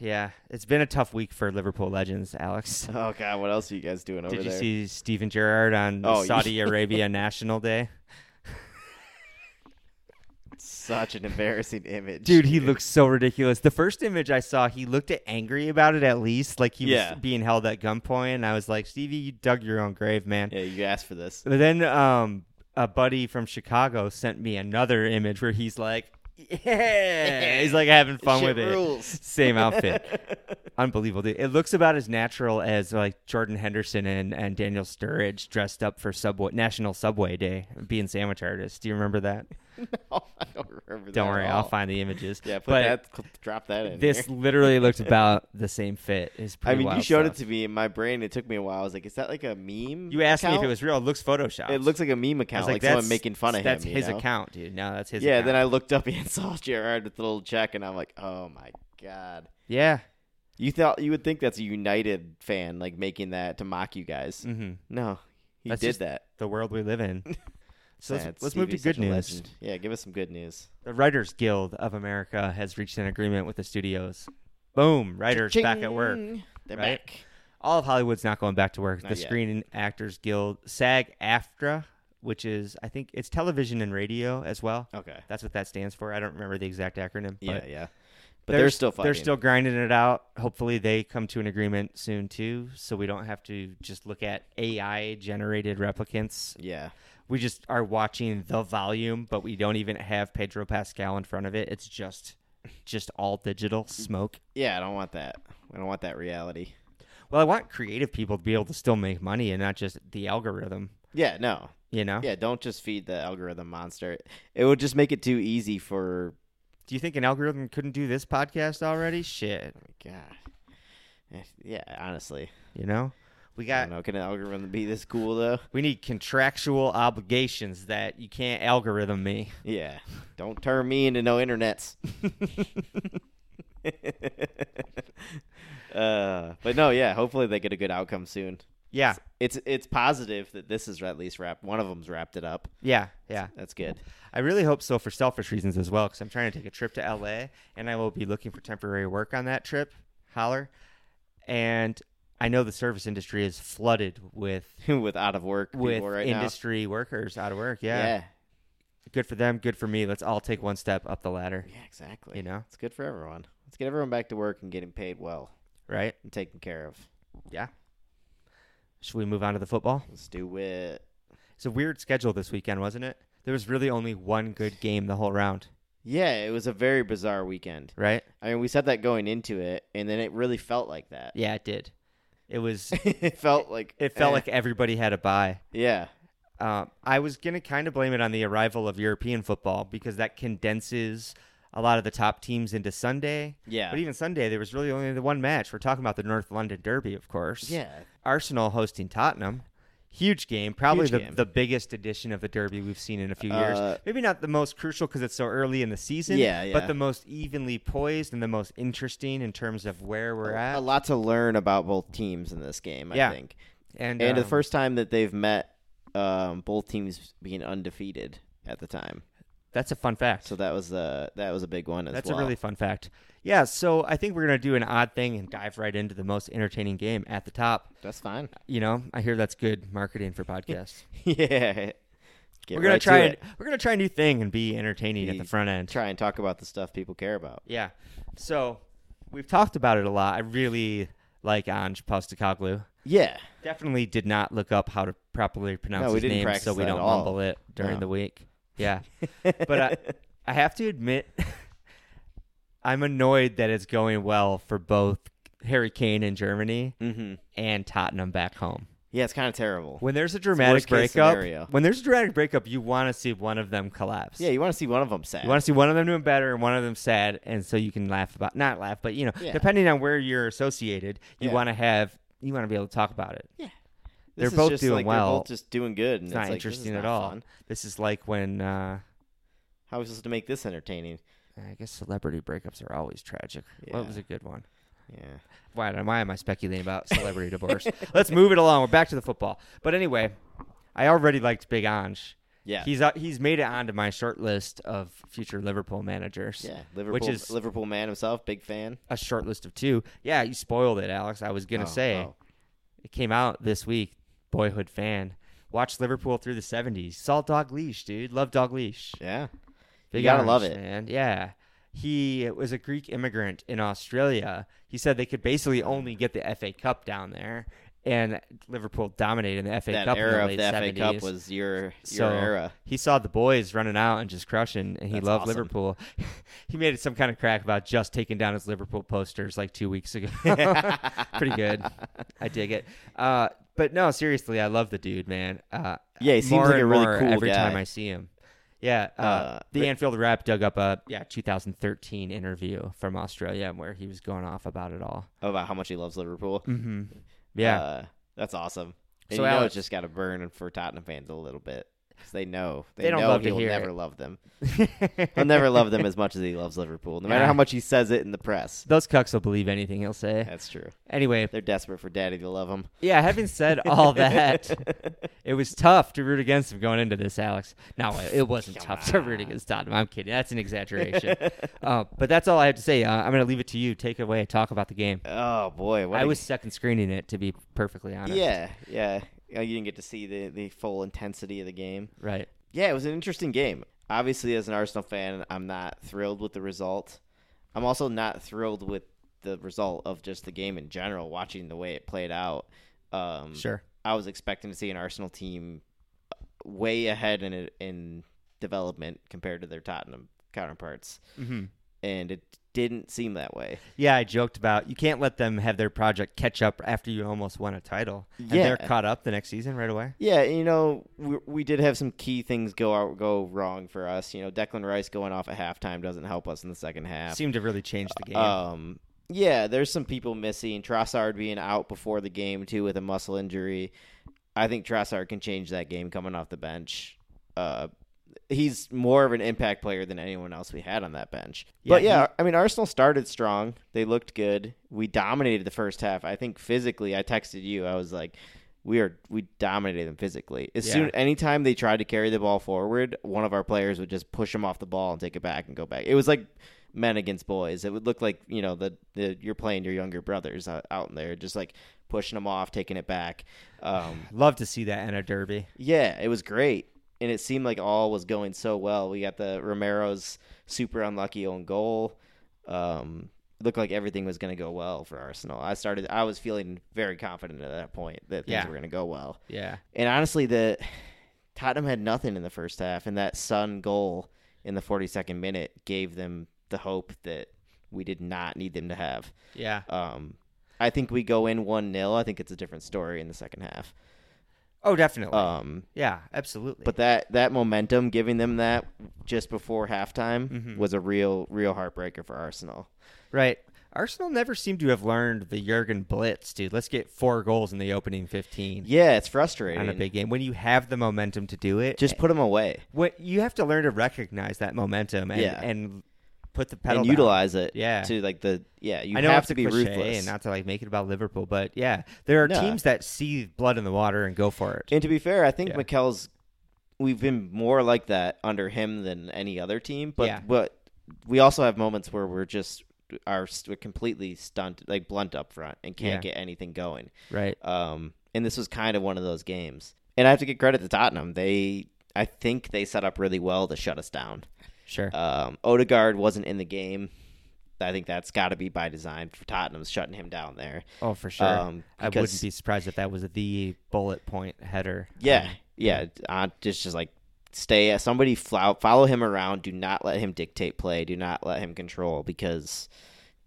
Speaker 1: Yeah, it's been a tough week for Liverpool legends,
Speaker 2: [laughs]
Speaker 1: Alex.
Speaker 2: oh God, what else are you guys doing over
Speaker 1: Did you
Speaker 2: there?
Speaker 1: see Steven Gerrard on
Speaker 2: Oh, yeah. [laughs]
Speaker 1: Saudi Arabia National Day?
Speaker 2: Such an embarrassing image,
Speaker 1: Dude, he looks so ridiculous. The first image I saw, he looked angry about it at least, like he
Speaker 2: Yeah.
Speaker 1: was being held at gunpoint. And I was like, Stevie, you dug your own grave, man.
Speaker 2: Yeah, you asked for this.
Speaker 1: But then um, a buddy from Chicago sent me another image where he's like, yeah, he's like having fun
Speaker 2: Shit
Speaker 1: with it.
Speaker 2: rules. [laughs]
Speaker 1: Same outfit. Unbelievable, dude. It looks about as natural as like Jordan Henderson and, and Daniel Sturridge dressed up for Subway National Subway Day, being sandwich artists. Do you remember that?
Speaker 2: [laughs] No, I don't remember.
Speaker 1: Don't
Speaker 2: that at
Speaker 1: worry, I'll
Speaker 2: all.
Speaker 1: find the images.
Speaker 2: Yeah, put
Speaker 1: but
Speaker 2: that. cl- Drop that in.
Speaker 1: this
Speaker 2: here.
Speaker 1: literally looked about the same fit. It's
Speaker 2: [laughs] I
Speaker 1: pretty
Speaker 2: mean, you
Speaker 1: wild
Speaker 2: showed
Speaker 1: stuff.
Speaker 2: it to me in my brain. It took me a while. I was like, "Is that like a meme?"
Speaker 1: You asked me if
Speaker 2: account?
Speaker 1: it was real. It looks photoshopped.
Speaker 2: It looks like a meme
Speaker 1: I was
Speaker 2: account, like, someone
Speaker 1: that's-
Speaker 2: making fun of him.
Speaker 1: That's
Speaker 2: you
Speaker 1: his
Speaker 2: know?
Speaker 1: account, dude. No, that's his.
Speaker 2: yeah,
Speaker 1: account.
Speaker 2: then I looked up [laughs] and saw Gerard with the little check, and I'm like, oh my god.
Speaker 1: yeah.
Speaker 2: You thought you would think that's a United fan like making that to mock you guys?
Speaker 1: Mm-hmm.
Speaker 2: No, he
Speaker 1: That's
Speaker 2: did
Speaker 1: just-
Speaker 2: that.
Speaker 1: the world we live
Speaker 2: [laughs]
Speaker 1: in. So
Speaker 2: Sad.
Speaker 1: let's, let's move to
Speaker 2: Stevie's
Speaker 1: good
Speaker 2: such a
Speaker 1: news.
Speaker 2: legend. Yeah, give us some good news.
Speaker 1: The Writers Guild of America has reached an agreement with the studios. Boom, writers back at work.
Speaker 2: Cha-ching! They're
Speaker 1: right?
Speaker 2: back.
Speaker 1: All of Hollywood's not going back to work.
Speaker 2: Not
Speaker 1: the
Speaker 2: yet.
Speaker 1: Screen Actors Guild, SAG AFTRA, which is, I think, it's television and radio as well.
Speaker 2: Okay.
Speaker 1: That's what that stands for. I don't remember the exact acronym.
Speaker 2: Oh. Yeah,
Speaker 1: but
Speaker 2: yeah. But they're, still fighting.
Speaker 1: They're still grinding it out. Hopefully, they come to an agreement soon, too, so we don't have to just look at AI generated replicants
Speaker 2: Yeah.
Speaker 1: we just are watching the volume, but we don't even have Pedro Pascal in front of it. It's just just all digital smoke.
Speaker 2: Yeah, I don't want that. I don't want that reality.
Speaker 1: Well, I want creative people to be able to still make money and not just the algorithm,
Speaker 2: Yeah, no.
Speaker 1: you know?
Speaker 2: Yeah, don't just feed the algorithm monster. It would just make it too easy for
Speaker 1: Do you think an algorithm couldn't do this podcast already? Shit,
Speaker 2: God. Eh, Yeah, honestly.
Speaker 1: you know? We
Speaker 2: I
Speaker 1: got
Speaker 2: don't know. Can an algorithm be this cool though?
Speaker 1: we need contractual obligations that you can't algorithm me. [laughs]
Speaker 2: Yeah. Don't turn me into no internets. [laughs] uh, but no, yeah. Hopefully they get a good outcome soon.
Speaker 1: Yeah.
Speaker 2: It's it's positive that this is at least wrapped. One of them's wrapped it up.
Speaker 1: Yeah, yeah.
Speaker 2: That's good. [laughs]
Speaker 1: I really hope so for selfish reasons as well, because I'm trying to take a trip to LA and I will be looking for temporary work on that trip. Holler. And I know the service industry is flooded with
Speaker 2: With out of work
Speaker 1: with
Speaker 2: people right
Speaker 1: industry workers out of work.
Speaker 2: now.
Speaker 1: Yeah. Good for them, good for me. Let's all take one step up the ladder,
Speaker 2: yeah. Yeah, exactly.
Speaker 1: you know?
Speaker 2: It's good for everyone. Let's get everyone back to work and getting paid well
Speaker 1: Right?
Speaker 2: and taken care of.
Speaker 1: Should we move on to the football?
Speaker 2: Let's do it.
Speaker 1: It's a weird schedule this weekend, wasn't it? There was really only one good game the whole round,
Speaker 2: Yeah, it was a very bizarre weekend.
Speaker 1: right?
Speaker 2: I mean, we said that going into it, and then it really felt like that.
Speaker 1: Yeah, it did. It was.
Speaker 2: [laughs] it felt like
Speaker 1: It felt
Speaker 2: eh.
Speaker 1: like everybody had a buy.
Speaker 2: yeah,
Speaker 1: Uh, I was gonna kind of blame it on the arrival of European football because that condenses a lot of the top teams into Sunday.
Speaker 2: yeah,
Speaker 1: But even Sunday, there was really only the one match. We're talking about the North London Derby, of course.
Speaker 2: yeah.
Speaker 1: Arsenal hosting Tottenham. Huge game, probably
Speaker 2: Huge
Speaker 1: the,
Speaker 2: game.
Speaker 1: the biggest edition of the Derby we've seen in a few years.
Speaker 2: Uh,
Speaker 1: Maybe not the most crucial because it's so early in the season,
Speaker 2: Yeah,
Speaker 1: but
Speaker 2: yeah.
Speaker 1: the most evenly poised and the most interesting in terms of where we're at.
Speaker 2: Oh, A lot to learn about both teams in this game. I
Speaker 1: Yeah.
Speaker 2: think,
Speaker 1: And,
Speaker 2: and the
Speaker 1: um,
Speaker 2: first time that they've met, um, both teams being undefeated at the time.
Speaker 1: that's a fun fact.
Speaker 2: So that was uh that was a big one as
Speaker 1: That's
Speaker 2: well.
Speaker 1: a really fun fact. Yeah, so I think we're going to do an odd thing and dive right into the most entertaining game at the top.
Speaker 2: That's fine. [laughs]
Speaker 1: You know, I hear that's good marketing for podcasts.
Speaker 2: yeah. Get
Speaker 1: we're gonna
Speaker 2: right
Speaker 1: try
Speaker 2: to
Speaker 1: and
Speaker 2: it.
Speaker 1: we're gonna try a new thing and be entertaining at the
Speaker 2: Be-
Speaker 1: front end.
Speaker 2: try and talk about the stuff people care about.
Speaker 1: Yeah. So we've talked about it a lot. I really like Ange Postacoglu.
Speaker 2: Yeah.
Speaker 1: Definitely did not look up how to properly pronounce
Speaker 2: No, we
Speaker 1: his
Speaker 2: didn't
Speaker 1: name,
Speaker 2: practice
Speaker 1: so we
Speaker 2: that
Speaker 1: don't
Speaker 2: at all.
Speaker 1: mumble it during
Speaker 2: No.
Speaker 1: the week.
Speaker 2: [laughs]
Speaker 1: Yeah, but I, I have to admit, [laughs] I'm annoyed that it's going well for both Harry Kane in Germany
Speaker 2: mm-hmm.
Speaker 1: and Tottenham back home.
Speaker 2: Yeah, it's kind of terrible.
Speaker 1: When there's a dramatic
Speaker 2: worst-case
Speaker 1: breakup,
Speaker 2: scenario.
Speaker 1: when there's a dramatic breakup, you want to see one of them collapse.
Speaker 2: Yeah, you want to see one of them sad.
Speaker 1: You want to see one of them doing better and one of them sad, and so you can laugh about not laugh, but you know,
Speaker 2: Yeah.
Speaker 1: depending on where you're associated, you
Speaker 2: Yeah.
Speaker 1: want to have you want to be able to talk about it.
Speaker 2: This
Speaker 1: they're
Speaker 2: is
Speaker 1: both
Speaker 2: just,
Speaker 1: doing
Speaker 2: like,
Speaker 1: well.
Speaker 2: They're both just doing good. And
Speaker 1: It's
Speaker 2: it's,
Speaker 1: not
Speaker 2: like, this is
Speaker 1: interesting at
Speaker 2: not
Speaker 1: all.
Speaker 2: fun.
Speaker 1: This is like when uh,
Speaker 2: How are we supposed to make this entertaining?
Speaker 1: I guess celebrity breakups are always tragic. What
Speaker 2: Yeah.
Speaker 1: was a good one?
Speaker 2: Yeah.
Speaker 1: Why, why am I speculating
Speaker 2: [laughs]
Speaker 1: about celebrity divorce? Let's move it along. We're back to the football. But anyway, I already liked Big Ange.
Speaker 2: Yeah.
Speaker 1: He's uh, he's made it onto my short list of future Liverpool managers.
Speaker 2: yeah. Liverpool
Speaker 1: is-
Speaker 2: Liverpool man himself, big fan.
Speaker 1: A short list of two. Yeah, you spoiled it, Alex. I was gonna
Speaker 2: Oh,
Speaker 1: say.
Speaker 2: oh.
Speaker 1: It came out this week. Boyhood fan. Watched Liverpool through the 70s. Saw Dog Leash, dude. Love Dog Leash.
Speaker 2: Yeah.
Speaker 1: Big
Speaker 2: gotta
Speaker 1: Orange,
Speaker 2: love it.
Speaker 1: Man. Yeah. He was a Greek immigrant in Australia. He said they could basically only get the FA Cup down there. And Liverpool dominated the FA
Speaker 2: that
Speaker 1: Cup
Speaker 2: era
Speaker 1: in
Speaker 2: of
Speaker 1: the
Speaker 2: the
Speaker 1: late 70s.
Speaker 2: FA Cup was your your
Speaker 1: So-
Speaker 2: era.
Speaker 1: he saw the boys running out and just crushing, and he
Speaker 2: That's
Speaker 1: loved
Speaker 2: awesome.
Speaker 1: Liverpool. [laughs] he made some kind of crack about just taking down his Liverpool posters like two weeks
Speaker 2: [laughs]
Speaker 1: ago. [laughs] [laughs] Pretty good. I dig it. Uh, but no, seriously, I love the dude, man. Uh,
Speaker 2: Yeah, he seems
Speaker 1: more
Speaker 2: like a
Speaker 1: and
Speaker 2: really
Speaker 1: more
Speaker 2: cool
Speaker 1: every
Speaker 2: guy.
Speaker 1: time I see him. Yeah, uh,
Speaker 2: Uh,
Speaker 1: the
Speaker 2: but-
Speaker 1: Anfield Rap dug up a yeah 2013 interview from Australia where he was going off about it all.
Speaker 2: About how much he loves Liverpool.
Speaker 1: hmm Yeah,
Speaker 2: Uh, that's awesome. And
Speaker 1: So,
Speaker 2: you know
Speaker 1: Alex-
Speaker 2: it's just got to burn for Tottenham fans a little bit. 'Cause They know. They,
Speaker 1: They don't
Speaker 2: know
Speaker 1: love to
Speaker 2: he'll
Speaker 1: hear
Speaker 2: never
Speaker 1: it. [laughs]
Speaker 2: love them. He'll Uh, never love them as much as he loves Liverpool, no matter
Speaker 1: Yeah.
Speaker 2: how much he says it in the press.
Speaker 1: [laughs] Those cucks will believe anything he'll say.
Speaker 2: That's true.
Speaker 1: Anyway,
Speaker 2: They're desperate for daddy to love them.
Speaker 1: yeah. Having
Speaker 2: [laughs]
Speaker 1: said all that. It was tough to root against him going into this, Alex. No, it- it wasn't
Speaker 2: [laughs] Come
Speaker 1: tough to root against Tottenham. I'm kidding.
Speaker 2: [laughs]
Speaker 1: That's an exaggeration. uh, but that's all I have to say. Uh, I'm going to leave it to you. Take it away. Talk about the game.
Speaker 2: oh boy, what
Speaker 1: I
Speaker 2: a-
Speaker 1: was second screening it, to be perfectly honest.
Speaker 2: Yeah, yeah. Uh, You didn't get to see the the full intensity of the game.
Speaker 1: Right.
Speaker 2: Yeah, it was an interesting game. Obviously, as an Arsenal fan, I'm not thrilled with the result. I'm also not thrilled with the result of just the game in general. Watching the way it played out, um,
Speaker 1: Sure.
Speaker 2: I was expecting to see an Arsenal team uh, way ahead in in development compared to their Tottenham counterparts,
Speaker 1: hmm
Speaker 2: and it didn't seem that way.
Speaker 1: Yeah, I joked about you can't let them have their project catch up after you almost won a title. And they're
Speaker 2: Yeah.
Speaker 1: caught up the next season right away.
Speaker 2: Yeah, and, you know, we, we did have some key things go out, go wrong for us. You know, Declan Rice going off at halftime doesn't help us in the second half.
Speaker 1: Seemed to really change the game.
Speaker 2: Um, yeah, there's some people missing. Trossard being out before the game too with a muscle injury. I think Trossard can change that game coming off the bench. Uh, he's more of an impact player than anyone else we had on that bench. but
Speaker 1: Yeah,
Speaker 2: yeah, I mean Arsenal started strong. They looked good. We dominated the first half. I think physically, I texted you. I was like. We are we dominated them physically. As
Speaker 1: Yeah.
Speaker 2: soon anytime they tried to carry the ball forward, one of our players would just push them off the ball and take it back and go back. It was like men against boys. It would look like you know the, the you're playing your younger brothers out, out in there, just like pushing them off, taking it back. Um,
Speaker 1: Love to see that in a derby.
Speaker 2: yeah, it was great, and it seemed like all was going so well. We got the Romero's super unlucky own goal. Um, looked like everything was going to go well for Arsenal. I started. I was feeling very confident at that point that things
Speaker 1: Yeah.
Speaker 2: were going to go well.
Speaker 1: Yeah.
Speaker 2: And honestly, the Tottenham had nothing in the first half, and that Sun goal in the 42nd minute gave them the hope that we did not need them to have.
Speaker 1: Yeah.
Speaker 2: Um, I I think we go in one 0 I think it's a different story in the second half.
Speaker 1: Oh, definitely.
Speaker 2: Um,
Speaker 1: yeah, absolutely.
Speaker 2: but that that momentum, giving them that just before halftime,
Speaker 1: Mhm.
Speaker 2: was a real real heartbreaker for Arsenal.
Speaker 1: right. Arsenal never seemed to have learned the Jurgen Blitz, dude. Let's get four goals in the opening 15
Speaker 2: Yeah, it's frustrating.
Speaker 1: on a big game. When you have the momentum to do it, eh,
Speaker 2: just put them away
Speaker 1: what you have to learn to recognize that momentum and,
Speaker 2: Yeah.
Speaker 1: and put the pedal
Speaker 2: and
Speaker 1: down.
Speaker 2: utilize it.
Speaker 1: Yeah.
Speaker 2: to like the yeah, you
Speaker 1: I know
Speaker 2: have
Speaker 1: it's
Speaker 2: to
Speaker 1: a
Speaker 2: be
Speaker 1: cliche
Speaker 2: ruthless.
Speaker 1: and not to like make it about Liverpool, but yeah, there are
Speaker 2: No.
Speaker 1: teams that see blood in the water and go for it.
Speaker 2: And to be fair, I think
Speaker 1: Yeah.
Speaker 2: Mikel's we've been more like that under him than any other team. But
Speaker 1: Yeah.
Speaker 2: but we also have moments where we're just are st- completely stunned, like blunt up front, and can't
Speaker 1: Yeah.
Speaker 2: get anything going.
Speaker 1: Right.
Speaker 2: Um, and this was kind of one of those games. And I have to give credit to Tottenham. They I think they set up really well to shut us down.
Speaker 1: Sure.
Speaker 2: Um, Odegaard wasn't in the game. I think that's got to be by design for Tottenham's shutting him down there.
Speaker 1: oh, for sure.
Speaker 2: Um,
Speaker 1: I
Speaker 2: because-
Speaker 1: wouldn't be surprised if that was the bullet point header. Um,
Speaker 2: Yeah, yeah. Uh, just just like stay. Somebody flow, follow him around. Do not let him dictate play. Do not let him control because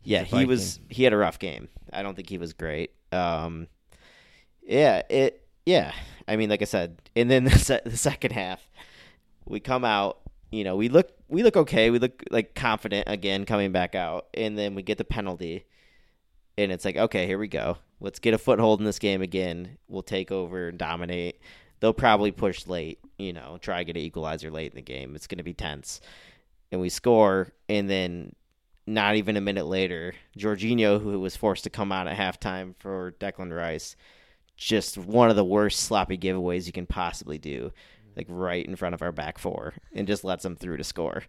Speaker 2: yeah,
Speaker 1: a
Speaker 2: he was he had a rough game. I don't think he was great. Um, yeah, it yeah. I mean, like I said, and then [laughs] the, se- the second half, we come out. You know, we look we look okay. We look like confident again coming back out, and then we get the penalty, and it's like okay, here we go. Let's get a foothold in this game again. We'll take over and dominate. They'll probably push late. You know, try to get an equalizer late in the game. It's going to be tense, and we score, and then not even a minute later, Jorginho, who was forced to come on at halftime for Declan Rice, just one of the worst sloppy giveaways you can possibly do, like right in front of our back four, and just lets them through to score.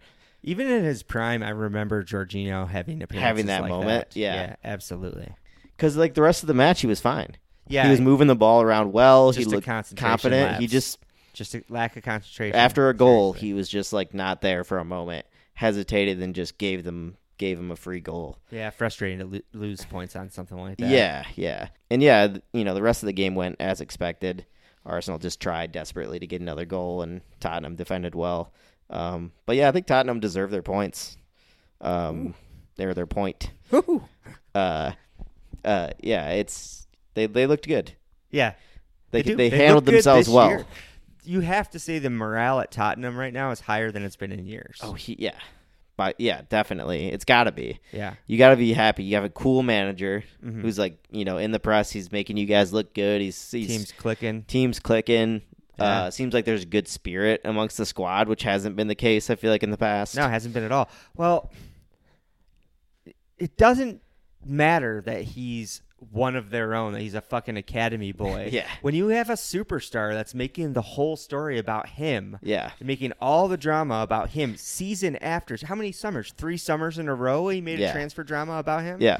Speaker 1: Even in his prime, I remember Jorginho having appearances
Speaker 2: that
Speaker 1: like
Speaker 2: moment,
Speaker 1: that.
Speaker 2: yeah.
Speaker 1: absolutely.
Speaker 2: Because like the rest of the match, he was fine.
Speaker 1: Yeah,
Speaker 2: he was moving the ball around well. He
Speaker 1: Just a
Speaker 2: looked
Speaker 1: concentration
Speaker 2: confident. He
Speaker 1: lapse.
Speaker 2: just
Speaker 1: just a lack of concentration
Speaker 2: after a goal,
Speaker 1: Seriously.
Speaker 2: he was just like not there for a moment, hesitated, and just gave them gave him a free goal.
Speaker 1: yeah, frustrating to lo- lose points on something like that.
Speaker 2: Yeah, yeah. And yeah, th- you know, the rest of the game went as expected. Arsenal just tried desperately to get another goal, and Tottenham defended well. Um, but yeah, I think Tottenham deserved their points. Um, they were their point.
Speaker 1: Whew.
Speaker 2: Uh, uh, yeah, it's they they looked good.
Speaker 1: yeah.
Speaker 2: They
Speaker 1: do.
Speaker 2: could- they handled
Speaker 1: look good
Speaker 2: themselves
Speaker 1: this
Speaker 2: well.
Speaker 1: year. You have to say the morale at Tottenham right now is higher than it's been in years.
Speaker 2: Oh, he, yeah, but yeah, definitely, it's got to be.
Speaker 1: yeah,
Speaker 2: You got to be happy. You have a cool manager
Speaker 1: Mhm.
Speaker 2: who's like you know in the press. He's making you guys look good. He's, he's
Speaker 1: teams clicking.
Speaker 2: teams clicking.
Speaker 1: Yeah.
Speaker 2: Uh, seems like there's good spirit amongst the squad, which hasn't been the case. I feel like in the past.
Speaker 1: No, it hasn't been at all. Well, it doesn't matter that he's one of their own, that he's a fucking
Speaker 2: [laughs]
Speaker 1: academy boy.
Speaker 2: Yeah.
Speaker 1: When you have a superstar that's making the whole story about him,
Speaker 2: Yeah.
Speaker 1: making all the drama about him season after, how many summers? Three summers in a row he made
Speaker 2: Yeah.
Speaker 1: a transfer drama about him?
Speaker 2: Yeah.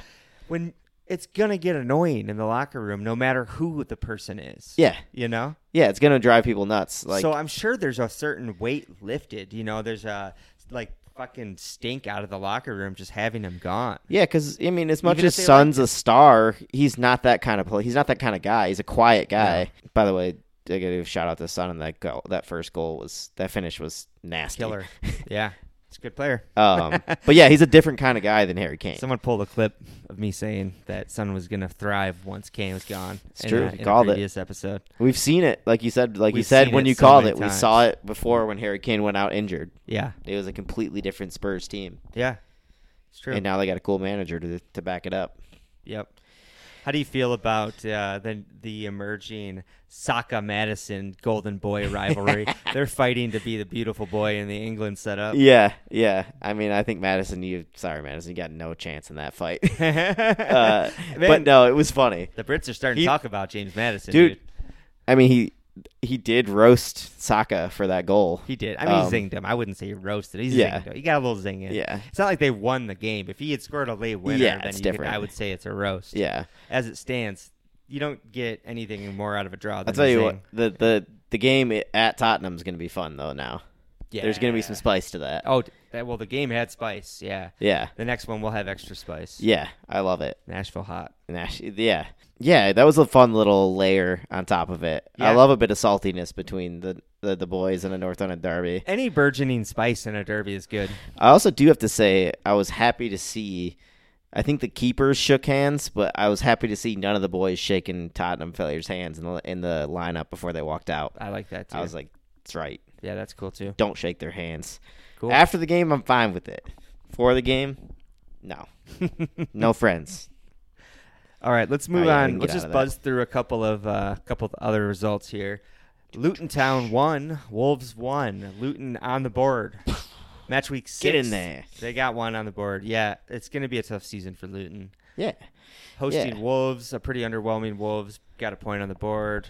Speaker 1: When it's going to get annoying in the locker room, no matter who the person is.
Speaker 2: Yeah.
Speaker 1: You know?
Speaker 2: Yeah. It's gonna drive people nuts. Like.
Speaker 1: so I'm sure there's a certain weight lifted. You know, there's a like fucking stink out of the locker room just having him gone.
Speaker 2: yeah, because I mean, as much
Speaker 1: Even
Speaker 2: as
Speaker 1: if they like
Speaker 2: Son's a star, he's not that kind of play. He's not that kind of guy. He's a quiet guy. By the way, I gotta give a shout out to Son and that goal. That first goal was that finish was nasty. [laughs]
Speaker 1: Killer. yeah, it's a good player.
Speaker 2: Um, but yeah, he's a different kind of guy than Harry
Speaker 1: [laughs]
Speaker 2: Kane.
Speaker 1: Someone pulled a clip of me saying that Son was gonna thrive once Kane was gone.
Speaker 2: It's
Speaker 1: in
Speaker 2: true.
Speaker 1: a-
Speaker 2: You
Speaker 1: in a
Speaker 2: called it.
Speaker 1: previous episode.
Speaker 2: We've seen it, like you said, like you
Speaker 1: We've
Speaker 2: said
Speaker 1: seen
Speaker 2: when
Speaker 1: it
Speaker 2: you
Speaker 1: so
Speaker 2: called
Speaker 1: many
Speaker 2: it. We
Speaker 1: times.
Speaker 2: saw it before when Harry Kane went out injured.
Speaker 1: Yeah,
Speaker 2: It was a completely different Spurs team.
Speaker 1: yeah, it's true.
Speaker 2: And now they got a cool manager to to back it up.
Speaker 1: Yep. How do you feel about uh, the the emerging Saka Madison Golden
Speaker 2: [laughs]
Speaker 1: Boy rivalry? They're fighting to be the beautiful boy in the England setup. [laughs]
Speaker 2: Yeah, yeah. I mean, I think Madison, you sorry, Madison, you got no chance in that fight.
Speaker 1: [laughs]
Speaker 2: [laughs] uh, but
Speaker 1: Man,
Speaker 2: no, it was funny,
Speaker 1: The Brits are starting
Speaker 2: He-
Speaker 1: to talk about James Madison,
Speaker 2: dude,
Speaker 1: dude.
Speaker 2: I mean, he he did roast Saka for that goal.
Speaker 1: He did. I mean,
Speaker 2: Um,
Speaker 1: he zinged him. I wouldn't say he roasted. He
Speaker 2: yeah.
Speaker 1: zinged him. He got a little zing in.
Speaker 2: Yeah,
Speaker 1: It's not like they won the game. If he had scored a late winner,
Speaker 2: Yeah,
Speaker 1: then
Speaker 2: it's
Speaker 1: you could-
Speaker 2: different.
Speaker 1: I would say it's a roast.
Speaker 2: yeah.
Speaker 1: As it stands, you don't get anything more out of a draw. Than
Speaker 2: I'll tell
Speaker 1: a
Speaker 2: you
Speaker 1: zing.
Speaker 2: what, the the the game i- at Tottenham's gonna be fun though. Now
Speaker 1: Yeah.
Speaker 2: there's gonna be some spice to that.
Speaker 1: Oh, d- that, well, the game had spice. Yeah.
Speaker 2: Yeah,
Speaker 1: The next one will have extra spice.
Speaker 2: yeah. I love it.
Speaker 1: Nashville hot.
Speaker 2: And actually, yeah, yeah, that was a fun little layer on top of it. I
Speaker 1: Yeah.
Speaker 2: love a bit of saltiness between the the, the boys and a North London derby.
Speaker 1: Any burgeoning spice in a derby is good.
Speaker 2: I also do have to say I was happy to see I think the keepers shook hands, but I was happy to see none of the boys shaking Tottenham Failures' hands in the in the lineup before they walked out.
Speaker 1: I like that too.
Speaker 2: I was like, "That's right,
Speaker 1: yeah, that's cool too.
Speaker 2: don't shake their hands."
Speaker 1: Cool. [laughs]
Speaker 2: After the game, I'm fine with it. For the game, no, no friends.
Speaker 1: All right, let's move
Speaker 2: Oh, yeah, we
Speaker 1: on.
Speaker 2: can
Speaker 1: Let's
Speaker 2: get out
Speaker 1: just
Speaker 2: of that.
Speaker 1: buzz through a couple of uh, couple of other results here. Luton Town won, Wolves won. Luton on the
Speaker 2: [sighs]
Speaker 1: board. Match week six.
Speaker 2: Get in there.
Speaker 1: They got one on the board. Yeah, it's going to be a tough season for Luton.
Speaker 2: Yeah,
Speaker 1: Hosting
Speaker 2: Yeah.
Speaker 1: Wolves, a pretty underwhelming Wolves. Got a point on the board.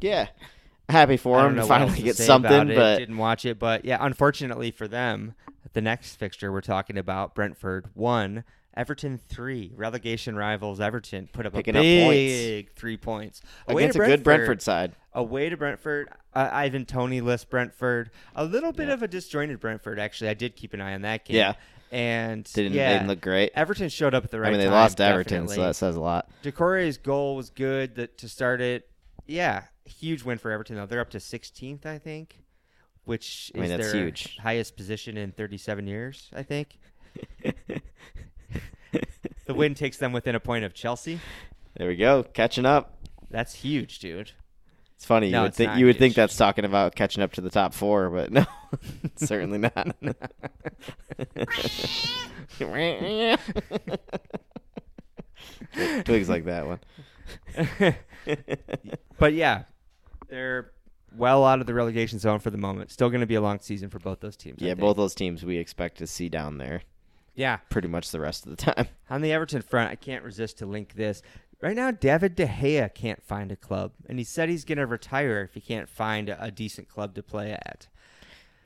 Speaker 2: yeah. Happy for
Speaker 1: I
Speaker 2: him
Speaker 1: don't know
Speaker 2: to
Speaker 1: what else
Speaker 2: finally
Speaker 1: to
Speaker 2: get
Speaker 1: say
Speaker 2: something,
Speaker 1: about it.
Speaker 2: but
Speaker 1: didn't watch it. But yeah, unfortunately for them, the next fixture we're talking about, Brentford one, Everton three, relegation rivals Everton put up
Speaker 2: Picking
Speaker 1: a
Speaker 2: up points.
Speaker 1: big three points Away to
Speaker 2: against a good Brentford side.
Speaker 1: Away to Brentford, uh, Ivan Tony lists Brentford. A little bit of a disjointed Brentford, actually. I did keep an eye on that game.
Speaker 2: Yeah.
Speaker 1: and
Speaker 2: Didn't,
Speaker 1: yeah,
Speaker 2: they didn't look great.
Speaker 1: Everton showed up at the right.
Speaker 2: I mean, they
Speaker 1: time,
Speaker 2: lost to Everton, so
Speaker 1: definitely.
Speaker 2: that says a lot.
Speaker 1: Decore's goal was good that, to start it. Yeah, huge win for Everton though. They're up to 16th, I think, which
Speaker 2: I mean,
Speaker 1: is
Speaker 2: that's
Speaker 1: their
Speaker 2: huge.
Speaker 1: highest position in 37 years, I think. [laughs]
Speaker 2: [laughs]
Speaker 1: The win takes them within a point of Chelsea.
Speaker 2: There we go, catching up.
Speaker 1: That's huge,
Speaker 2: [laughs]
Speaker 1: dude.
Speaker 2: It's funny.
Speaker 1: No,
Speaker 2: you would,
Speaker 1: it's
Speaker 2: thi-
Speaker 1: not
Speaker 2: you would
Speaker 1: huge.
Speaker 2: think that's talking about catching up to the top four, but no, [laughs] certainly not. [laughs] Twigs like
Speaker 1: [laughs]
Speaker 2: that one. [laughs]
Speaker 1: But yeah, they're well out of the relegation zone for the moment. Still going to be a long season for both those teams. I
Speaker 2: yeah,
Speaker 1: think.
Speaker 2: both those teams we expect to see down there
Speaker 1: Yeah.
Speaker 2: pretty much the rest of the time.
Speaker 1: On the Everton front, I can't resist to link this. Right now, David De Gea can't find a club, and he said he's going to retire if he can't find a, a decent club to play at.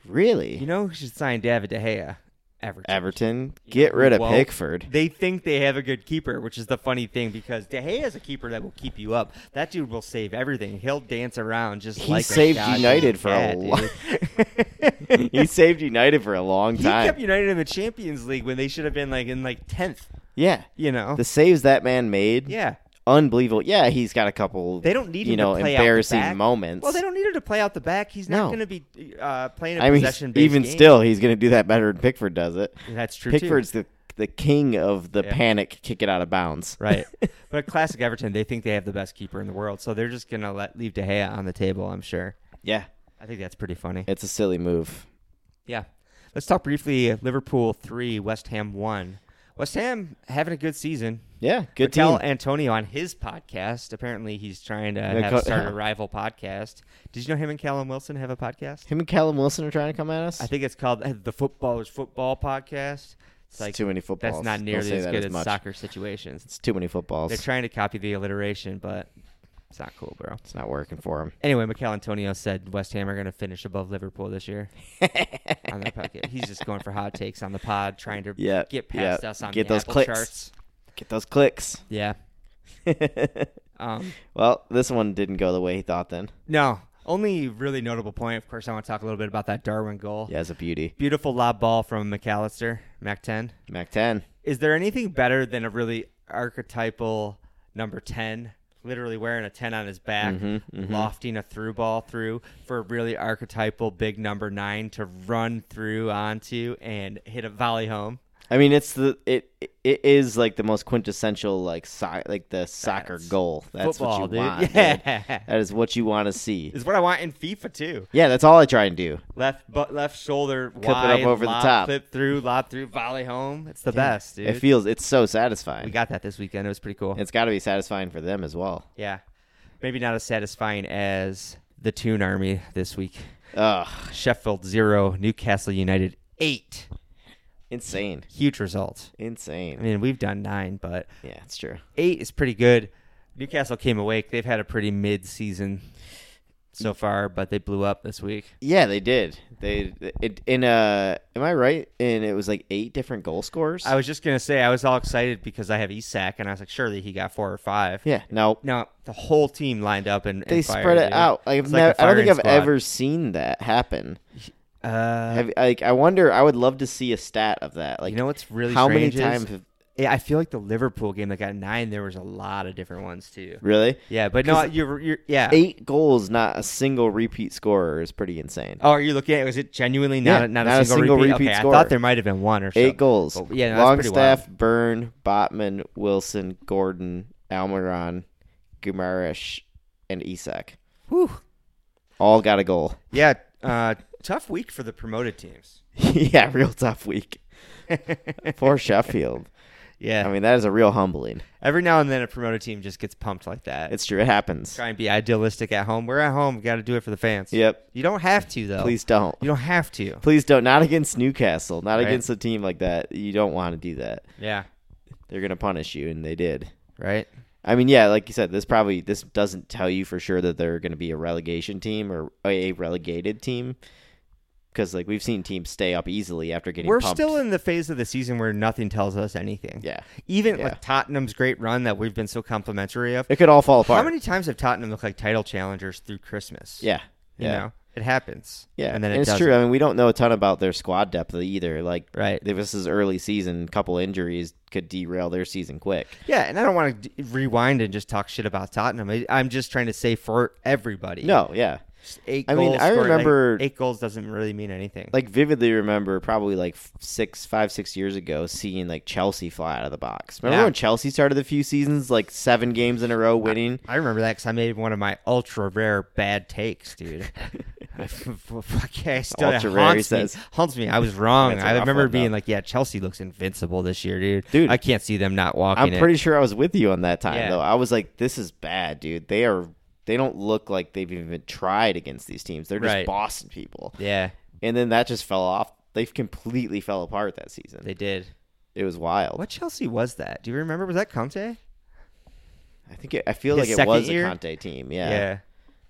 Speaker 2: Really?
Speaker 1: You know who should sign David De Gea? Everton.
Speaker 2: Everton,
Speaker 1: You
Speaker 2: get
Speaker 1: know
Speaker 2: rid of
Speaker 1: who won't?
Speaker 2: Pickford.
Speaker 1: [laughs]
Speaker 2: [laughs]
Speaker 1: They think they have a good keeper, which is the funny thing because De Gea is a keeper that will keep you up. That dude will save everything. He'll dance around just
Speaker 2: He
Speaker 1: like
Speaker 2: saved
Speaker 1: a goddamn
Speaker 2: United for a
Speaker 1: cat, [laughs]
Speaker 2: [laughs] long
Speaker 1: dude.
Speaker 2: he saved United for a long
Speaker 1: He
Speaker 2: time.
Speaker 1: kept United in the Champions League when they should have been like in like tenth.
Speaker 2: yeah.
Speaker 1: You know,
Speaker 2: The saves that man made,
Speaker 1: yeah.
Speaker 2: unbelievable. Yeah, he's got a couple
Speaker 1: They don't need
Speaker 2: you
Speaker 1: him
Speaker 2: know,
Speaker 1: to play out the
Speaker 2: embarrassing
Speaker 1: back.
Speaker 2: moments.
Speaker 1: Well, they don't need him to play out the back. He's not
Speaker 2: No.
Speaker 1: going to be uh, playing a
Speaker 2: I mean,
Speaker 1: possession.
Speaker 2: even still, he's going to do that better than Pickford does it.
Speaker 1: that's true. too.
Speaker 2: Pickford's the the king of the
Speaker 1: Yeah.
Speaker 2: panic, kick it out of bounds. [laughs]
Speaker 1: right, but classic Everton. They think they have the best keeper in the world, so they're just going to let leave De Gea on the table. I'm sure.
Speaker 2: Yeah,
Speaker 1: I think that's pretty funny.
Speaker 2: it's a silly move.
Speaker 1: Yeah. Let's talk briefly. uh, Liverpool three, West Ham one. West Ham having a good season.
Speaker 2: Yeah, good
Speaker 1: Raquel
Speaker 2: team.
Speaker 1: Antonio on his podcast. Apparently, he's trying to have,
Speaker 2: co- [laughs]
Speaker 1: start a rival podcast. Did you know him and Callum Wilson have a podcast?
Speaker 2: Him and Callum Wilson are trying to come at us.
Speaker 1: I think it's called uh, the Footballers Football Podcast. It's
Speaker 2: it's
Speaker 1: like
Speaker 2: too many footballs.
Speaker 1: that's not
Speaker 2: Don't
Speaker 1: nearly
Speaker 2: say
Speaker 1: as
Speaker 2: that
Speaker 1: good
Speaker 2: as
Speaker 1: as
Speaker 2: much.
Speaker 1: soccer situations.
Speaker 2: It's too many footballs.
Speaker 1: They're trying to copy the alliteration, but it's not cool, bro.
Speaker 2: it's not working for him.
Speaker 1: Anyway, Mikel Antonio said West Ham are going to finish above Liverpool this year on their pocket. He's just going for hot takes on the pod, trying to
Speaker 2: Yeah,
Speaker 1: get past
Speaker 2: yeah.
Speaker 1: us on
Speaker 2: Get
Speaker 1: the
Speaker 2: those
Speaker 1: Apple
Speaker 2: clicks.
Speaker 1: charts.
Speaker 2: [laughs] Get those clicks.
Speaker 1: Yeah. Um,
Speaker 2: [laughs] well, this one didn't go the way he thought. Then,
Speaker 1: no, only really notable point. Of course, I want to talk a little bit about that Darwin goal.
Speaker 2: yeah, it's a beauty.
Speaker 1: Beautiful lob ball from McAllister, Mac 10.
Speaker 2: Mac ten.
Speaker 1: Is there anything better than a really archetypal number 10, literally wearing a 10 on his back,
Speaker 2: Mhm, mhm.
Speaker 1: lofting a through ball through for a really archetypal big number 9 to run through onto and hit a volley home?
Speaker 2: I mean, it's the it it is like the most quintessential like so, like the soccer
Speaker 1: That's
Speaker 2: goal. That's
Speaker 1: Football,
Speaker 2: what you
Speaker 1: dude.
Speaker 2: want. dude.
Speaker 1: [laughs] yeah.
Speaker 2: That is what you want to see.
Speaker 1: Is what I want in FIFA too.
Speaker 2: Yeah, that's all I try and do.
Speaker 1: Left but left shoulder
Speaker 2: it up
Speaker 1: wide,
Speaker 2: over the
Speaker 1: lob,
Speaker 2: top.
Speaker 1: clip through, lob through, volley home. It's the best, dude.
Speaker 2: It feels it's so
Speaker 1: we
Speaker 2: satisfying.
Speaker 1: got that this weekend. It was pretty cool.
Speaker 2: it's got to be satisfying for them as well.
Speaker 1: yeah, maybe not as satisfying as the Toon Army this week.
Speaker 2: Ugh,
Speaker 1: Sheffield zero, Newcastle United eight.
Speaker 2: insane,
Speaker 1: Huge result. I
Speaker 2: insane.
Speaker 1: mean, we've done nine, but
Speaker 2: Yeah, it's true.
Speaker 1: eight is pretty good. Newcastle came awake. They've had a pretty mid-season so
Speaker 2: Mm.
Speaker 1: far, but they blew up this week.
Speaker 2: Yeah, they did. They it, in uh, am I right? And it was like eight different goal scorers.
Speaker 1: I was just gonna say I was all excited because I have Isak, and I was like, surely he got four or five.
Speaker 2: yeah, no,
Speaker 1: No, the whole team lined up and, and
Speaker 2: they
Speaker 1: fired,
Speaker 2: spread it
Speaker 1: dude.
Speaker 2: out. Like, I've
Speaker 1: It's like
Speaker 2: nev-
Speaker 1: the
Speaker 2: I don't think
Speaker 1: firing
Speaker 2: I've
Speaker 1: squad.
Speaker 2: ever seen that happen.
Speaker 1: Uh,
Speaker 2: Have, like, I wonder. I would love to see a stat of that. Like,
Speaker 1: you know what's really
Speaker 2: how many
Speaker 1: strange is
Speaker 2: times have,
Speaker 1: Yeah, I feel like the Liverpool game that got nine. There was a lot of different ones too.
Speaker 2: Really?
Speaker 1: Yeah, but no, you're, you're yeah.
Speaker 2: Eight goals, not a single repeat scorer is pretty insane.
Speaker 1: Oh, are you looking at? Was it genuinely not
Speaker 2: Yeah,
Speaker 1: a, not, a single, repeat? okay,
Speaker 2: scorer.
Speaker 1: I thought there might have been one or something.
Speaker 2: Eight goals.
Speaker 1: But, Oh, yeah, no, that's pretty wild.
Speaker 2: Longstaff, Byrne, Botman, Wilson, Gordon, Almiron, Gumarish, and Isak.
Speaker 1: Whew.
Speaker 2: All got a goal. [laughs]
Speaker 1: Yeah, uh, tough week for the promoted teams.
Speaker 2: yeah, real tough week.
Speaker 1: [laughs]
Speaker 2: Poor Sheffield.
Speaker 1: Yeah,
Speaker 2: I mean, that is a real humbling.
Speaker 1: every now and then a promoted team just gets pumped like that.
Speaker 2: It's true. It happens.
Speaker 1: try and be idealistic at home. We're at home. Got to do it for the fans.
Speaker 2: Yep.
Speaker 1: You don't have to though.
Speaker 2: Please don't.
Speaker 1: You don't have to.
Speaker 2: Please don't. Not against Newcastle. Not
Speaker 1: Right.
Speaker 2: against a team like that. You don't want to do that.
Speaker 1: Yeah.
Speaker 2: They're going to punish you, and they did.
Speaker 1: Right.
Speaker 2: I mean, yeah, like you said, this probably this doesn't tell you for sure that they're going to be a relegation team or a relegated team because like we've seen teams stay up easily after getting
Speaker 1: We're
Speaker 2: pumped.
Speaker 1: still in the phase of the season where nothing tells us anything.
Speaker 2: yeah.
Speaker 1: Even
Speaker 2: Yeah.
Speaker 1: like Tottenham's great run that we've been so complimentary of.
Speaker 2: It could all fall apart.
Speaker 1: How many times have Tottenham looked like title challengers through Christmas?
Speaker 2: yeah.
Speaker 1: You
Speaker 2: Yeah.
Speaker 1: know, it happens.
Speaker 2: Yeah.
Speaker 1: And then it
Speaker 2: it's
Speaker 1: doesn't.
Speaker 2: true. I mean, we don't know a ton about their squad depth either. Like
Speaker 1: Right.
Speaker 2: this is early season, couple injuries could derail their season quick.
Speaker 1: Yeah. And I don't want to d- rewind and just talk shit about Tottenham. I, I'm just trying to say for everybody.
Speaker 2: No, yeah.
Speaker 1: Just Eight
Speaker 2: I mean,
Speaker 1: goals
Speaker 2: I
Speaker 1: scored, like,
Speaker 2: remember-
Speaker 1: eight goals doesn't really mean anything.
Speaker 2: Like vividly remember probably like f- six, five, six years ago seeing like Chelsea fly out of the box. Remember
Speaker 1: Yeah.
Speaker 2: when Chelsea started a few seasons like seven games in a row winning?
Speaker 1: I remember that because I made one of my ultra rare bad takes,
Speaker 2: [laughs]
Speaker 1: dude. I f- f- okay, I still,
Speaker 2: Ultra
Speaker 1: it
Speaker 2: rare, he
Speaker 1: haunts me.
Speaker 2: says.
Speaker 1: Haunts me. I was wrong.
Speaker 2: That's a
Speaker 1: I
Speaker 2: rough
Speaker 1: remember
Speaker 2: one, though.
Speaker 1: being like, "Yeah, Chelsea looks invincible this year, dude.
Speaker 2: Dude,
Speaker 1: I can't see them not walking."
Speaker 2: I'm
Speaker 1: it."
Speaker 2: pretty sure I was with you on that time
Speaker 1: Yeah.
Speaker 2: though. I was like, this is bad, dude. They are they don't look like they've even tried against these teams. They're just
Speaker 1: Right.
Speaker 2: Boston people.
Speaker 1: Yeah,
Speaker 2: And then that just fell off. They completely fell apart that season.
Speaker 1: they did.
Speaker 2: it was wild.
Speaker 1: What Chelsea was that? Do you remember? Was that Conte?
Speaker 2: I think it, I feel
Speaker 1: His
Speaker 2: like it
Speaker 1: second
Speaker 2: was
Speaker 1: year?
Speaker 2: a Conte team. Yeah.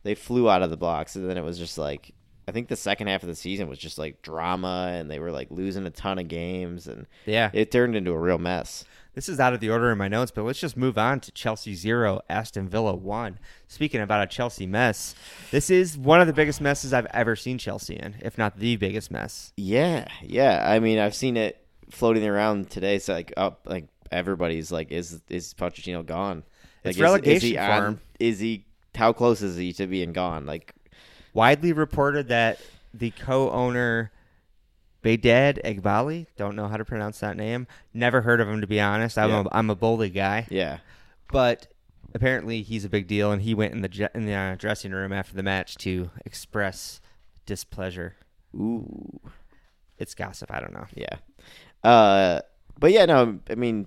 Speaker 2: They flew out of the blocks and then it was just like I think the second half of the season was just like drama and they were like losing a ton of games and
Speaker 1: yeah.
Speaker 2: it turned into a real mess.
Speaker 1: This is out of the order in my notes, but let's just move on to Chelsea zero, Aston Villa one. Speaking about a Chelsea mess, this is one of the biggest messes I've ever seen Chelsea in, if not the biggest mess.
Speaker 2: Yeah, yeah. I mean, I've seen it floating around today. So like, up, like everybody's like, is is Pochettino gone?
Speaker 1: It's
Speaker 2: Like, is- is
Speaker 1: relegation
Speaker 2: he
Speaker 1: for
Speaker 2: on-
Speaker 1: him.
Speaker 2: Is he? How close is he to being gone? Like,
Speaker 1: widely reported that the co-owner Bedad Egbali, don't know how to pronounce that name. Never heard of him to be honest. I'm
Speaker 2: Yeah.
Speaker 1: a I'm a bully guy,
Speaker 2: yeah,
Speaker 1: but apparently he's a big deal, and he went in the je- in the uh, dressing room after the match to express displeasure.
Speaker 2: ooh,
Speaker 1: It's gossip. I don't know.
Speaker 2: yeah. Uh, but yeah, no. I mean,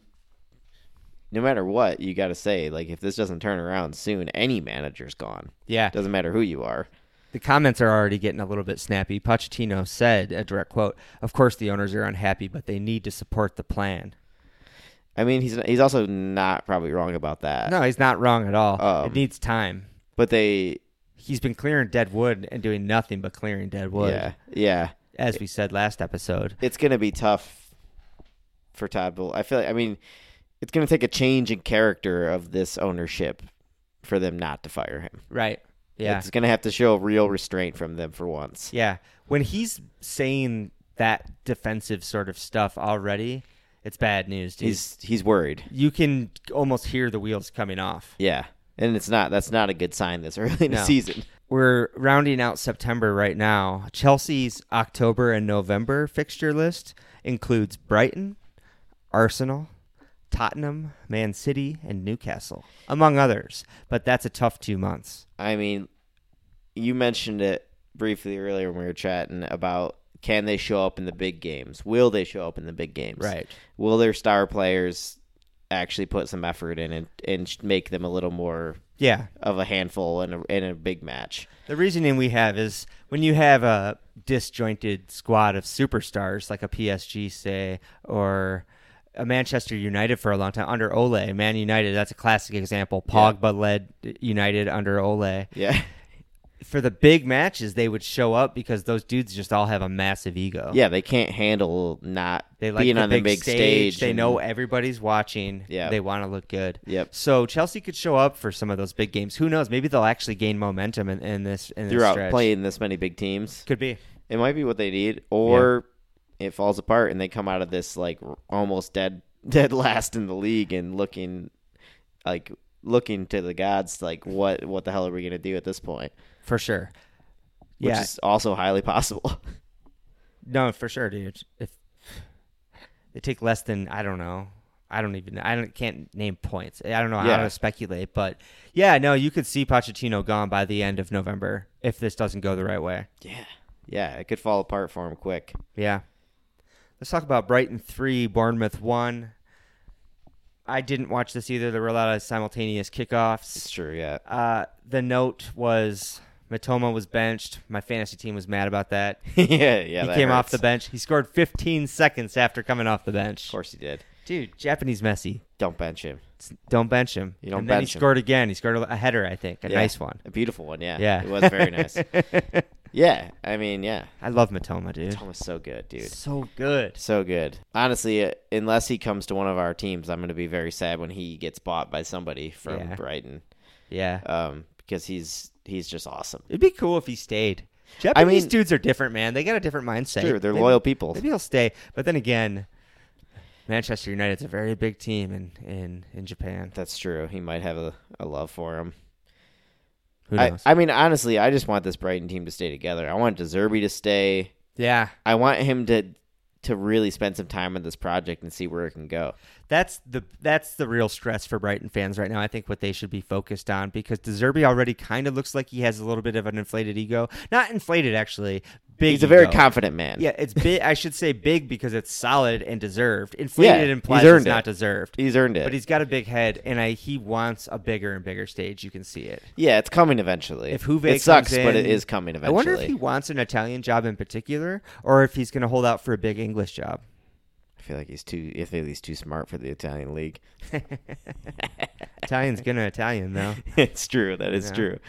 Speaker 2: no matter what, you got to say like, if this doesn't turn around soon, any manager's gone.
Speaker 1: Yeah,
Speaker 2: Doesn't matter who you are.
Speaker 1: The comments are already getting a little bit snappy. Pochettino said, a direct quote, Of course, the owners are unhappy, but they need to support the plan.
Speaker 2: I mean, he's he's also not probably wrong about that.
Speaker 1: No, he's not wrong at all.
Speaker 2: Uh, Um,
Speaker 1: it needs time.
Speaker 2: But they,
Speaker 1: He's been clearing dead wood and doing nothing but clearing dead wood,
Speaker 2: yeah, yeah.
Speaker 1: as we said last episode.
Speaker 2: it's gonna be tough for Todd Bull. I feel like I mean, it's gonna take a change in character of this ownership for them not to fire him.
Speaker 1: Right. Yeah.
Speaker 2: It's gonna have to show real restraint from them for once.
Speaker 1: yeah. When he's saying that defensive sort of stuff already, it's bad news, dude.
Speaker 2: He's he's worried.
Speaker 1: you can almost hear the wheels coming off.
Speaker 2: Yeah. And it's not that's not a good sign this early in the
Speaker 1: No.
Speaker 2: season.
Speaker 1: we're rounding out September right now. Chelsea's October and November fixture list includes Brighton, Arsenal, Tottenham, Man City, and Newcastle, among others. But that's a tough two months.
Speaker 2: I mean, you mentioned it briefly earlier when we were chatting about can they show up in the big games? Will they show up in the big games? Will their star players actually put some effort in and, and sh- make them a little more
Speaker 1: Yeah.
Speaker 2: of a handful in a, in a big match.
Speaker 1: The reasoning we have is when you have a disjointed squad of superstars, like a PSG, say, or a Manchester United for a long time under Ole, Man United, that's a classic example.
Speaker 2: Yeah.
Speaker 1: Pogba led United under Ole.
Speaker 2: Yeah,
Speaker 1: for the big matches they would show up because those dudes just all have a massive ego.
Speaker 2: [laughs] yeah, they can't handle not
Speaker 1: They like
Speaker 2: being
Speaker 1: the
Speaker 2: on
Speaker 1: big
Speaker 2: the big
Speaker 1: stage.
Speaker 2: stage.
Speaker 1: They
Speaker 2: and-
Speaker 1: know everybody's watching.
Speaker 2: Yeah.
Speaker 1: They want to look good.
Speaker 2: Yep.
Speaker 1: So Chelsea could show up for some of those big games. Who knows? Maybe they'll actually gain momentum in, in this in this
Speaker 2: Throughout
Speaker 1: stretch.
Speaker 2: playing this many big teams,
Speaker 1: Could be.
Speaker 2: it might be what they need, or it falls apart and they come out of this like r- almost dead [laughs] dead last in the league and looking like looking to the gods like what what the hell are we gonna do at this point?
Speaker 1: for sure.
Speaker 2: Which
Speaker 1: yeah,
Speaker 2: is also highly possible. [laughs]
Speaker 1: no, for sure, dude. If they take less than I don't know, I don't even I don't can't name points. I don't know how
Speaker 2: Yeah.
Speaker 1: to speculate, but yeah, no, you could see Pochettino gone by the end of November if this doesn't go the right way.
Speaker 2: yeah. Yeah, it could fall apart for him quick.
Speaker 1: Yeah. Let's talk about Brighton 3, Bournemouth 1. I didn't watch this either. There were a lot of simultaneous
Speaker 2: It's
Speaker 1: kickoffs.
Speaker 2: true, yeah.
Speaker 1: Uh, the note was Matoma was benched. My fantasy team was mad about that.
Speaker 2: [laughs] yeah, yeah.
Speaker 1: he
Speaker 2: that
Speaker 1: came off
Speaker 2: hurts.
Speaker 1: the bench. He scored 15 seconds after coming off the
Speaker 2: Of
Speaker 1: bench.
Speaker 2: course he did.
Speaker 1: Dude, Japanese Messi.
Speaker 2: Don't bench him.
Speaker 1: It's- Don't bench him.
Speaker 2: You don't
Speaker 1: and then
Speaker 2: bench
Speaker 1: he
Speaker 2: him.
Speaker 1: scored again. He scored a a header, I think. A
Speaker 2: Yeah.
Speaker 1: nice one.
Speaker 2: A beautiful one, yeah.
Speaker 1: Yeah.
Speaker 2: It was
Speaker 1: [laughs]
Speaker 2: very nice. yeah. I mean, yeah.
Speaker 1: I love Matoma, dude.
Speaker 2: Tom was so good, dude.
Speaker 1: So good.
Speaker 2: So good. Honestly, uh, unless he comes to one of our teams, I'm going to be very sad when he gets bought by somebody from
Speaker 1: Yeah.
Speaker 2: Brighton,
Speaker 1: Yeah.
Speaker 2: um, because he's he's just awesome.
Speaker 1: It'd be cool if he stayed. Japanese
Speaker 2: mean-
Speaker 1: dudes are different, man. They got a different mindset.
Speaker 2: Sure, they're
Speaker 1: Maybe-
Speaker 2: loyal people.
Speaker 1: Maybe he'll stay. But then again, Manchester United's a very big team in in, in Japan.
Speaker 2: That's true. He might have a, a love for him.
Speaker 1: Who
Speaker 2: I,
Speaker 1: knows?
Speaker 2: I mean, honestly, I just want this Brighton team to stay together. I want Deserby to stay.
Speaker 1: yeah,
Speaker 2: I want him to to really spend some time on this project and see where it can go.
Speaker 1: that's the that's the real stress for Brighton fans right now. I think what they should be focused on because De Zerbi already kind of looks like he has a little bit of an inflated ego. Not inflated, actually. Big.
Speaker 2: He's a very
Speaker 1: ego.
Speaker 2: confident man.
Speaker 1: yeah, it's big. I should say big because it's solid and deserved. Inflated
Speaker 2: he's
Speaker 1: implies it's
Speaker 2: earned it.
Speaker 1: not deserved.
Speaker 2: He's earned it.
Speaker 1: But he's got a big head, and I, he wants a bigger and bigger stage. You can see it.
Speaker 2: yeah, it's coming eventually.
Speaker 1: If Juve
Speaker 2: it sucks,
Speaker 1: comes
Speaker 2: but
Speaker 1: in-
Speaker 2: it is coming
Speaker 1: I
Speaker 2: eventually.
Speaker 1: wonder if he wants an Italian job in particular, or if he's going to hold out for a big English job. [laughs]
Speaker 2: I feel like he's too. I feel he's too smart for the Italian league. [laughs]
Speaker 1: Italian's gonna Italian though.
Speaker 2: it's true. That is
Speaker 1: Yeah.
Speaker 2: true.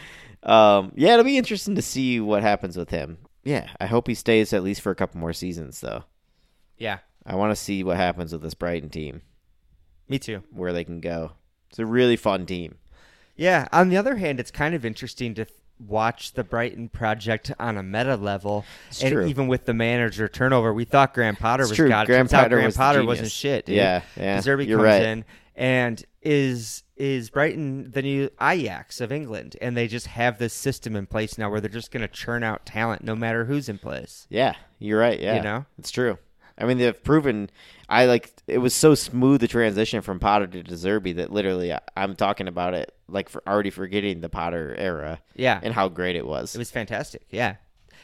Speaker 2: Um, yeah, it'll be interesting to see what happens with him. Yeah, I hope he stays at least for a couple more seasons, though.
Speaker 1: Yeah,
Speaker 2: I want to see what happens with this Brighton team,
Speaker 1: me too.
Speaker 2: where they can go. It's a really fun team.
Speaker 1: Yeah. On the other hand, it's kind of interesting to th- watch the Brighton project on a meta level,
Speaker 2: It's
Speaker 1: and
Speaker 2: true.
Speaker 1: even with the manager turnover, we thought Graham Potter
Speaker 2: It's
Speaker 1: was
Speaker 2: true.
Speaker 1: God.
Speaker 2: Graham
Speaker 1: Turns out
Speaker 2: Potter
Speaker 1: Graham
Speaker 2: was the
Speaker 1: Potter
Speaker 2: genius.
Speaker 1: wasn't shit. Dude.
Speaker 2: Yeah, yeah.
Speaker 1: Deserby
Speaker 2: You're
Speaker 1: comes
Speaker 2: right.
Speaker 1: in and is is Brighton the new Ajax of England, and they just have this system in place now where they're just going to churn out talent no matter who's in place.
Speaker 2: Yeah, you're right. Yeah,
Speaker 1: You know?
Speaker 2: it's true. I mean, they've proven. I like it was so smooth the transition from Potter to Deserby that literally I, I'm talking about it like for already forgetting the Potter era
Speaker 1: Yeah,
Speaker 2: and how great it was.
Speaker 1: It was fantastic. Yeah,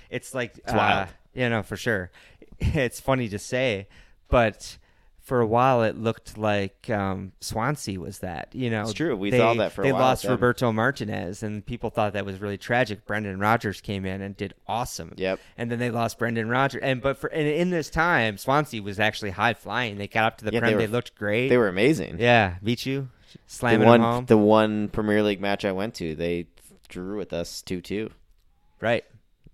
Speaker 1: it's like uh,
Speaker 2: wild.
Speaker 1: You know, for sure. [laughs] It's funny to say, but for a while it looked like um, Swansea was that. You know,
Speaker 2: It's true. We saw that for a
Speaker 1: they
Speaker 2: while
Speaker 1: lost
Speaker 2: with them.
Speaker 1: Roberto Martinez, and people thought that was really tragic. Brendan Rodgers came in and did awesome.
Speaker 2: Yep.
Speaker 1: And then they lost Brendan Rodgers, and but for and in this time, Swansea was actually high flying. They got up to the
Speaker 2: Yeah,
Speaker 1: prem.
Speaker 2: they
Speaker 1: They,
Speaker 2: were-
Speaker 1: looked great.
Speaker 2: They were amazing.
Speaker 1: yeah, beat you,
Speaker 2: the
Speaker 1: slamming them
Speaker 2: one
Speaker 1: home.
Speaker 2: the one Premier League match I went to, they drew with us two two.
Speaker 1: right.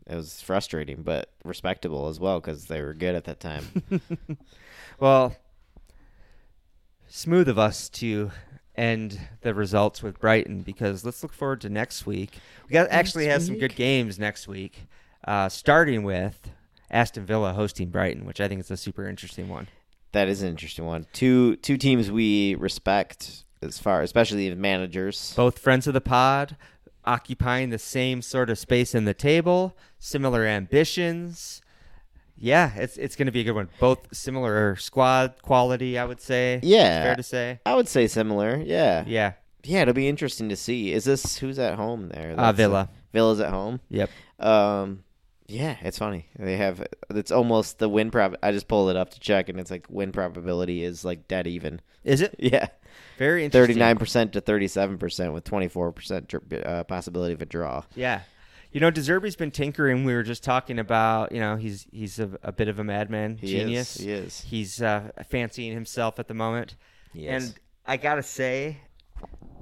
Speaker 2: It was frustrating, but respectable as well because they were good at that time.
Speaker 1: [laughs] Well, smooth of us to end the results with Brighton because let's look forward to next week. We got actually have some good games next week, uh, starting with Aston Villa hosting Brighton, which I think is a super interesting one.
Speaker 2: that is an interesting one. Two two teams we respect as far, especially the managers.
Speaker 1: Both friends of the pod, occupying the same sort of space in the table, similar ambitions. Yeah, it's it's going to be a good one. Both similar squad quality, I would say. It's
Speaker 2: Yeah.
Speaker 1: fair to say.
Speaker 2: I would say similar. Yeah. yeah.
Speaker 1: Yeah,
Speaker 2: it'll be interesting to see. Is this who's at home there?
Speaker 1: uh,
Speaker 2: That's-
Speaker 1: Villa.
Speaker 2: Villa's at home.
Speaker 1: Yep.
Speaker 2: Um yeah, it's funny. They have it's almost the win prob I just pulled it up to check and it's like win probability is like dead even. [laughs]
Speaker 1: Is it?
Speaker 2: Yeah.
Speaker 1: Very interesting.
Speaker 2: 39% to 37% with 24% dr- uh, possibility of a draw.
Speaker 1: Yeah. You know, Deserby's been tinkering. We were just talking about, you know, he's he's a, a bit of a madman,
Speaker 2: He
Speaker 1: genius.
Speaker 2: Is, he is.
Speaker 1: He's uh, fancying himself at the moment.
Speaker 2: He is.
Speaker 1: And I got to say,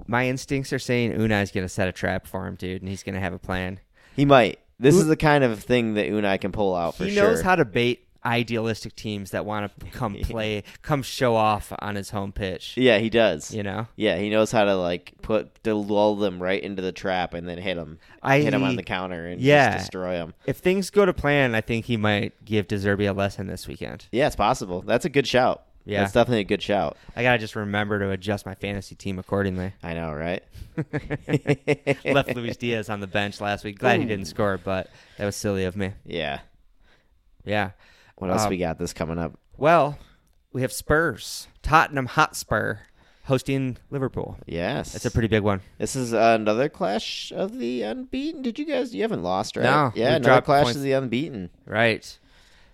Speaker 1: my instincts are saying Unai's going to set a trap for him, dude, and he's going to have a plan.
Speaker 2: He might. This
Speaker 1: Who-
Speaker 2: is the kind of thing that Unai can pull out for
Speaker 1: he
Speaker 2: sure.
Speaker 1: knows how to bait idealistic teams that want to
Speaker 2: [laughs]
Speaker 1: come play, come show off on his home pitch,
Speaker 2: yeah, he does.
Speaker 1: you know?
Speaker 2: Yeah, he knows how to like put to lull them right into the trap and then hit them,
Speaker 1: I-
Speaker 2: hit them on the counter and
Speaker 1: Yeah.
Speaker 2: just destroy them.
Speaker 1: If things go to plan, I think he might give Deserby a lesson this weekend.
Speaker 2: Yeah, it's possible. That's a good shout.
Speaker 1: Yeah.
Speaker 2: That's definitely a good shout.
Speaker 1: I gotta just remember to adjust my fantasy team accordingly.
Speaker 2: I know, right?
Speaker 1: Left Luis Diaz on the bench last week. Glad he didn't score, but that was silly of me.
Speaker 2: Yeah.
Speaker 1: Yeah.
Speaker 2: What else
Speaker 1: Um,
Speaker 2: we got this coming up?
Speaker 1: Well, we have Spurs, Tottenham Hotspur hosting Liverpool.
Speaker 2: Yes.
Speaker 1: That's a pretty big one.
Speaker 2: This is another clash of the unbeaten. Did you guys? You haven't lost, right?
Speaker 1: No,
Speaker 2: Yeah,
Speaker 1: we've
Speaker 2: another
Speaker 1: dropped
Speaker 2: clash
Speaker 1: points.
Speaker 2: of the unbeaten.
Speaker 1: Right.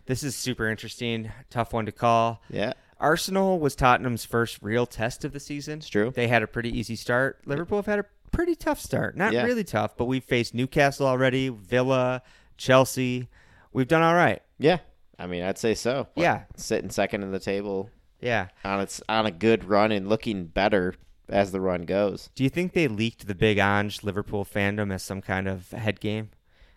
Speaker 1: This is super interesting. Tough one to call.
Speaker 2: Yeah,
Speaker 1: Arsenal was Tottenham's first real test of the season.
Speaker 2: it's true.
Speaker 1: They had a pretty easy start. Liverpool have had a pretty tough start. Not
Speaker 2: Yeah.
Speaker 1: really tough, but we've faced Newcastle already, Villa, Chelsea. We've done all right.
Speaker 2: Yeah, I mean, I'd say so.
Speaker 1: Yeah.
Speaker 2: Sitting second in the table
Speaker 1: Yeah.
Speaker 2: on its on a good run and looking better as the run goes.
Speaker 1: Do you think they leaked the big Ange Liverpool fandom as some kind of head game?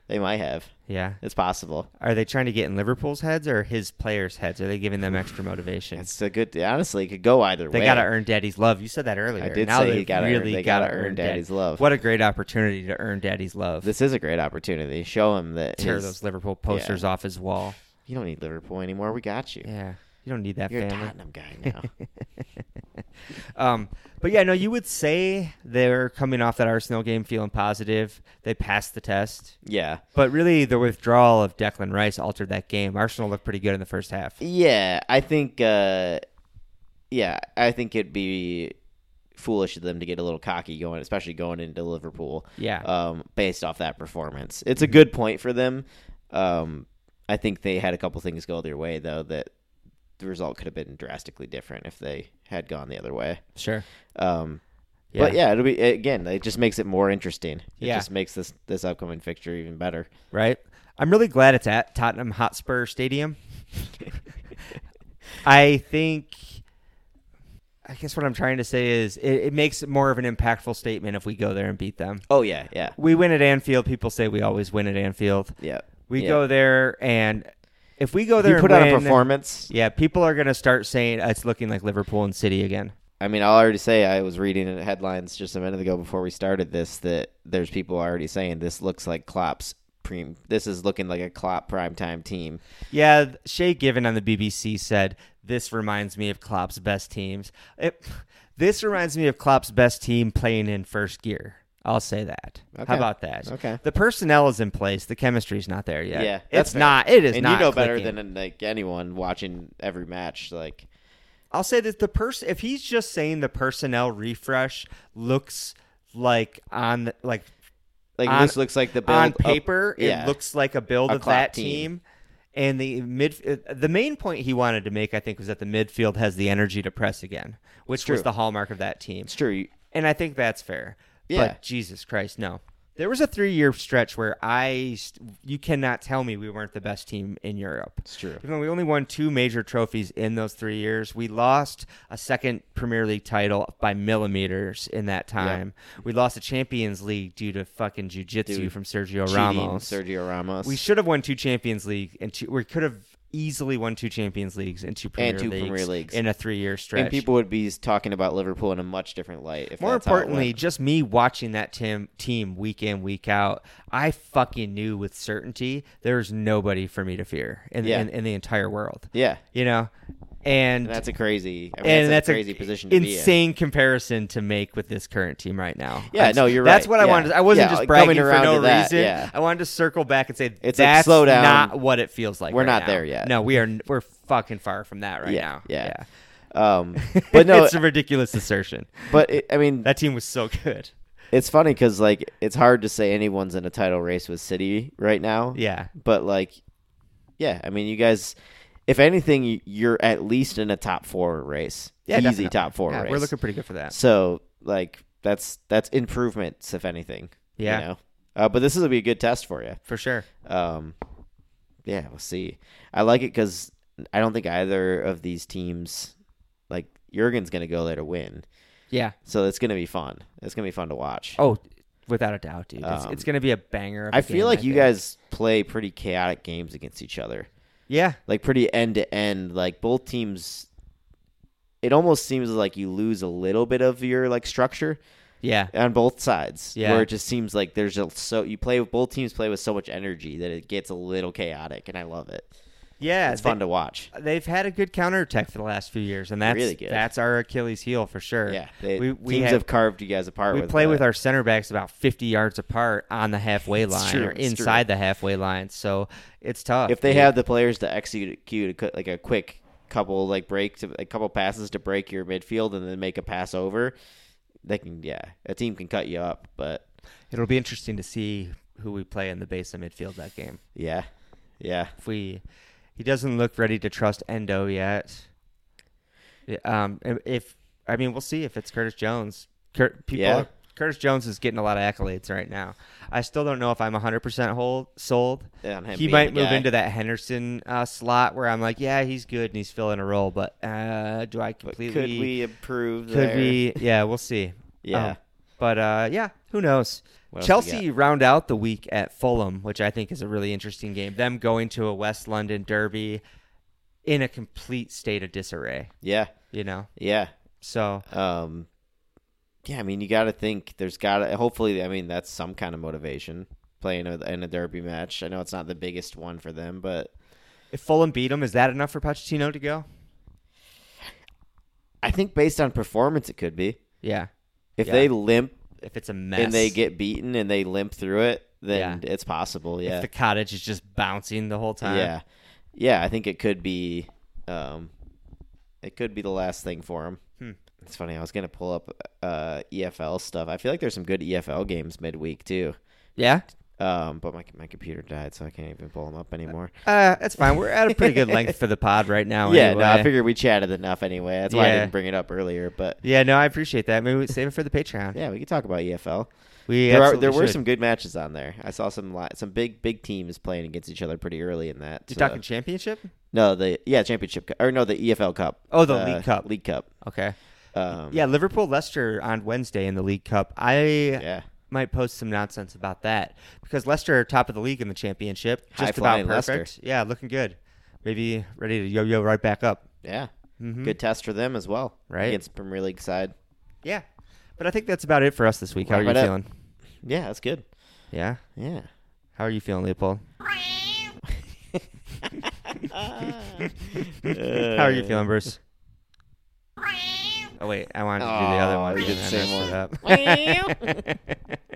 Speaker 2: They might have.
Speaker 1: Yeah.
Speaker 2: It's possible.
Speaker 1: Are they trying to get in Liverpool's heads or his players' heeds? Are they giving them extra motivation?
Speaker 2: It's a good. Honestly, it could go either
Speaker 1: They
Speaker 2: way.
Speaker 1: got to earn daddy's love. You said that earlier.
Speaker 2: I did
Speaker 1: Now
Speaker 2: say he
Speaker 1: they've
Speaker 2: gotta earn-
Speaker 1: really
Speaker 2: they
Speaker 1: got to
Speaker 2: gotta earn daddy's love.
Speaker 1: What a great opportunity to earn daddy's love.
Speaker 2: This is a great opportunity. Show him that.
Speaker 1: Tear
Speaker 2: his-
Speaker 1: those Liverpool posters off his wall.
Speaker 2: you don't need Liverpool anymore. We got you.
Speaker 1: Yeah. You don't need that
Speaker 2: You're a
Speaker 1: family.
Speaker 2: Tottenham guy now.
Speaker 1: [laughs] Um, but yeah, no, you would say they're coming off that Arsenal game feeling positive. They passed the test.
Speaker 2: yeah.
Speaker 1: But really, the withdrawal of Declan Rice altered that game. Arsenal looked pretty good in the first half.
Speaker 2: Yeah, I think. Uh, yeah, I think it'd be foolish of them to get a little cocky going, especially going into Liverpool.
Speaker 1: Yeah.
Speaker 2: Um, based off that performance, it's a
Speaker 1: Mm-hmm.
Speaker 2: good point for them. Um, I think they had a couple things go their way though that the result could have been drastically different if they had gone the other way.
Speaker 1: sure.
Speaker 2: Um, But yeah, it'll be again. It just makes it more interesting. It
Speaker 1: Yeah.
Speaker 2: just makes this this upcoming fixture even better. [laughs]
Speaker 1: Right? I'm really glad it's at Tottenham Hotspur Stadium. I think. I guess what I'm trying to say is it, it makes it more of an impactful statement if we go there and beat them.
Speaker 2: Oh yeah, yeah,
Speaker 1: We win at Anfield. People say we always win at Anfield.
Speaker 2: yeah.
Speaker 1: We
Speaker 2: Yeah.
Speaker 1: go there, and if we go
Speaker 2: If
Speaker 1: there
Speaker 2: you
Speaker 1: and
Speaker 2: put on a
Speaker 1: win-
Speaker 2: performance.
Speaker 1: yeah, people are gonna start saying it's looking like Liverpool and City again.
Speaker 2: I mean, I'll already say I was reading in headlines just a minute ago before we started this that there's people already saying this looks like Klopp's prime. This is looking like a Klopp primetime team.
Speaker 1: Yeah, th- Shay Given on the BBC said this reminds me of Klopp's best teams. It, [laughs] this reminds me of Klopp's best team playing in first gear. I'll say that.
Speaker 2: Okay.
Speaker 1: How about that?
Speaker 2: Okay.
Speaker 1: The personnel is in place. The chemistry's not there yet.
Speaker 2: Yeah, that's
Speaker 1: it's
Speaker 2: fair.
Speaker 1: not. It is
Speaker 2: and
Speaker 1: not.
Speaker 2: you know better
Speaker 1: clicking.
Speaker 2: than like anyone watching every match. Like,
Speaker 1: I'll say that the person if he's just saying the personnel refresh looks like on the, like
Speaker 2: like
Speaker 1: On-
Speaker 2: this looks like the build
Speaker 1: on
Speaker 2: up-
Speaker 1: paper
Speaker 2: yeah.
Speaker 1: it looks like a build
Speaker 2: A
Speaker 1: of
Speaker 2: Klopp
Speaker 1: that team.
Speaker 2: team.
Speaker 1: and the mid uh, the main point he wanted to make I think was that the midfield has the energy to press again which
Speaker 2: true.
Speaker 1: was the hallmark of that team
Speaker 2: It's true. You-
Speaker 1: and I think that's fair
Speaker 2: Yeah.
Speaker 1: but Jesus Christ no there was a 3 year stretch where I st- you cannot tell me we weren't the best team in Europe
Speaker 2: It's true.
Speaker 1: even though we only won two major trophies in those three years, we lost a second Premier League title by millimeters in that time. We lost a Champions League due to fucking jujitsu
Speaker 2: Dude,
Speaker 1: from Sergio
Speaker 2: Cheating
Speaker 1: Ramos.
Speaker 2: Sergio Ramos.
Speaker 1: we should have won two Champions League and two, we could have easily won two Champions Leagues and two Premier,
Speaker 2: two
Speaker 1: Leagues,
Speaker 2: Premier Leagues.
Speaker 1: in a three-year stretch.
Speaker 2: and people would be talking about Liverpool in a much different light. If
Speaker 1: More
Speaker 2: that's how it
Speaker 1: importantly,
Speaker 2: went.
Speaker 1: just me watching that team team week in week out, I fucking knew with certainty there's nobody for me to fear in,
Speaker 2: Yeah.
Speaker 1: in, in the entire world.
Speaker 2: yeah,
Speaker 1: You know, and,
Speaker 2: and that's a crazy. I mean,
Speaker 1: and
Speaker 2: that's,
Speaker 1: that's,
Speaker 2: a crazy
Speaker 1: a
Speaker 2: position. To be in.
Speaker 1: insane comparison to make with this current team right now.
Speaker 2: Yeah,
Speaker 1: I'm s-
Speaker 2: no, you're
Speaker 1: That's
Speaker 2: right.
Speaker 1: what I
Speaker 2: Yeah.
Speaker 1: wanted. I wasn't
Speaker 2: Yeah,
Speaker 1: just
Speaker 2: coming
Speaker 1: bragging for
Speaker 2: around to
Speaker 1: no
Speaker 2: that,
Speaker 1: reason.
Speaker 2: yeah.
Speaker 1: I wanted to circle back and say
Speaker 2: It's like,
Speaker 1: that's
Speaker 2: slow down.
Speaker 1: not what it feels like.
Speaker 2: We're
Speaker 1: right
Speaker 2: not
Speaker 1: now.
Speaker 2: there yet.
Speaker 1: No, we are. n- We're fucking far from that right
Speaker 2: Yeah,
Speaker 1: now.
Speaker 2: yeah.
Speaker 1: [laughs]
Speaker 2: Um, [laughs] but
Speaker 1: But
Speaker 2: no,
Speaker 1: it's a ridiculous assertion.
Speaker 2: but it, I mean,
Speaker 1: That team was so good.
Speaker 2: it's funny because like it's hard to say anyone's in a title race with City right now.
Speaker 1: Yeah,
Speaker 2: But like, yeah, I mean, you guys, if anything, y- you're at least in a top four race.
Speaker 1: Yeah,
Speaker 2: easy
Speaker 1: definitely.
Speaker 2: top four
Speaker 1: Yeah,
Speaker 2: race.
Speaker 1: we're looking pretty good for that.
Speaker 2: so like that's that's improvements if anything.
Speaker 1: Yeah.
Speaker 2: You know? Uh, but this will be a good test for you.
Speaker 1: For sure.
Speaker 2: Um, yeah, we'll see. I like it because I don't think either of these teams, like Jurgen's going to go there to win.
Speaker 1: Yeah.
Speaker 2: So it's going to be fun. It's going to be fun to watch.
Speaker 1: Oh, without a doubt, dude. It's,
Speaker 2: Um,
Speaker 1: it's gonna be a banger. Of
Speaker 2: I
Speaker 1: a game,
Speaker 2: feel like you
Speaker 1: think.
Speaker 2: guys play pretty chaotic games against each other.
Speaker 1: Yeah.
Speaker 2: Like pretty end to end. Like both teams it almost seems like you lose a little bit of your like structure
Speaker 1: Yeah.
Speaker 2: on both sides.
Speaker 1: Yeah.
Speaker 2: Where it just seems like there's a so you play with both teams play with so much energy that it gets a little chaotic and I love it.
Speaker 1: Yeah,
Speaker 2: It's
Speaker 1: they-
Speaker 2: fun to watch.
Speaker 1: They've had a good counterattack for the last few years, and that's
Speaker 2: Really good.
Speaker 1: that's our Achilles heel for sure.
Speaker 2: Yeah, they,
Speaker 1: we we
Speaker 2: teams
Speaker 1: had-
Speaker 2: have carved you guys apart.
Speaker 1: we
Speaker 2: with
Speaker 1: play
Speaker 2: that.
Speaker 1: with our center backs about 50 yards apart on the halfway
Speaker 2: It's
Speaker 1: line
Speaker 2: true,
Speaker 1: or
Speaker 2: it's true.
Speaker 1: inside the halfway line, so it's tough.
Speaker 2: If they
Speaker 1: dude.
Speaker 2: have the players to execute a cou- like a quick couple like breaks, a couple passes to break your midfield, and then make a pass over, they can. Yeah, a team can cut you up, but
Speaker 1: it'll be interesting to see who we play in the base and midfield that game.
Speaker 2: yeah, yeah.
Speaker 1: If we, he doesn't look ready to trust Endo yet. Yeah, Um, and if I mean, we'll see if it's Curtis Jones. Cur- people,
Speaker 2: Yeah.
Speaker 1: are- Curtis Jones is getting a lot of accolades right now. I still don't know if I'm 100% hold, sold.
Speaker 2: on him
Speaker 1: he
Speaker 2: being
Speaker 1: might
Speaker 2: the
Speaker 1: move
Speaker 2: guy.
Speaker 1: into that Henderson uh, slot where I'm like, yeah, he's good and he's filling a role, but uh, do I
Speaker 2: But
Speaker 1: completely?
Speaker 2: could we improve?
Speaker 1: could
Speaker 2: there?
Speaker 1: we- Yeah, we'll see.
Speaker 2: Yeah.
Speaker 1: Um, but uh, yeah, who knows?
Speaker 2: What else we
Speaker 1: Chelsea round out the week at Fulham, which I think is a really interesting game. Them going to a West London derby in a complete state of disarray,
Speaker 2: Yeah.
Speaker 1: you know.
Speaker 2: Yeah.
Speaker 1: So
Speaker 2: Um. Yeah, I mean, you got to think. There's got to. Hopefully, I mean, that's some kind of motivation playing a, in a derby match. I know it's not the biggest one for them, but
Speaker 1: if Fulham beat them, is that enough for Pochettino to go?
Speaker 2: I think based on performance, it could be.
Speaker 1: Yeah,
Speaker 2: If
Speaker 1: Yeah.
Speaker 2: they limp
Speaker 1: if it's a mess
Speaker 2: and they get beaten and they limp through it, then it's possible. Yeah.
Speaker 1: if the cottage is just bouncing the whole time.
Speaker 2: Yeah. Yeah, I think it could be um it could be the last thing for him.
Speaker 1: Hmm.
Speaker 2: It's funny. I was going to pull up uh EFL stuff. I feel like there's some good EFL games midweek too.
Speaker 1: yeah.
Speaker 2: Um but my my computer died so I can't even pull them up anymore.
Speaker 1: Uh, that's fine. We're at a pretty good length for the pod right now.
Speaker 2: [laughs] yeah,
Speaker 1: anyway.
Speaker 2: no, I figured we chatted enough anyway. That's why I
Speaker 1: Yeah.
Speaker 2: didn't bring it up earlier, but
Speaker 1: yeah, no, I appreciate that. Maybe we save it for the Patreon.
Speaker 2: yeah, we could talk about EFL.
Speaker 1: We
Speaker 2: there are,
Speaker 1: absolutely
Speaker 2: there were
Speaker 1: should.
Speaker 2: some good matches on there. I saw some li- some big big teams playing against each other pretty early in that.
Speaker 1: You're
Speaker 2: so-
Speaker 1: talking championship?
Speaker 2: No, the yeah championship cu- or no the EFL Cup. Uh,
Speaker 1: Oh, the League Cup.
Speaker 2: League Cup.
Speaker 1: Okay.
Speaker 2: Um,
Speaker 1: yeah, Liverpool Leicester on Wednesday in the League Cup. I
Speaker 2: yeah.
Speaker 1: might post some nonsense about that because Leicester are top of the league in the championship, just about
Speaker 2: High-flying
Speaker 1: perfect.
Speaker 2: Leicester.
Speaker 1: Yeah, looking good. Maybe ready to yo-yo right back up.
Speaker 2: Yeah.
Speaker 1: hmm
Speaker 2: Good test for them as well.
Speaker 1: Right.
Speaker 2: Against Premier League side.
Speaker 1: Yeah, but I think that's about it for us this week. How are you
Speaker 2: Wrap it up.
Speaker 1: feeling?
Speaker 2: Yeah, that's good.
Speaker 1: Yeah.
Speaker 2: Yeah.
Speaker 1: How are you feeling,
Speaker 2: [laughs]
Speaker 1: Leopold? [laughs] How are you feeling, Bruce? Oh wait, I wanted to do the other
Speaker 2: Aw,
Speaker 1: one.
Speaker 2: we
Speaker 1: and
Speaker 2: did
Speaker 1: I
Speaker 2: the same
Speaker 1: messed it up.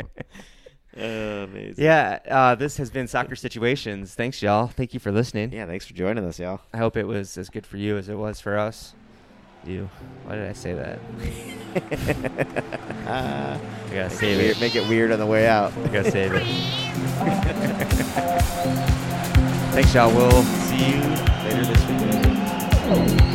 Speaker 1: [laughs]
Speaker 2: Amazing. Yeah.
Speaker 1: yeah, uh, this has been Soccer Situations. Thanks, y'all. Thank you for listening.
Speaker 2: Yeah, thanks for joining us, y'all. [laughs]
Speaker 1: I hope it was as good for you as it was for us. You. Why did I say that? I
Speaker 2: Uh,
Speaker 1: gotta
Speaker 2: make, it
Speaker 1: save
Speaker 2: weird,
Speaker 1: it.
Speaker 2: make it weird on the way out.
Speaker 1: I gotta save it. [laughs] Thanks, y'all. We'll see you later this week.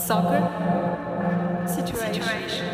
Speaker 3: Soccer situation.
Speaker 4: Situation.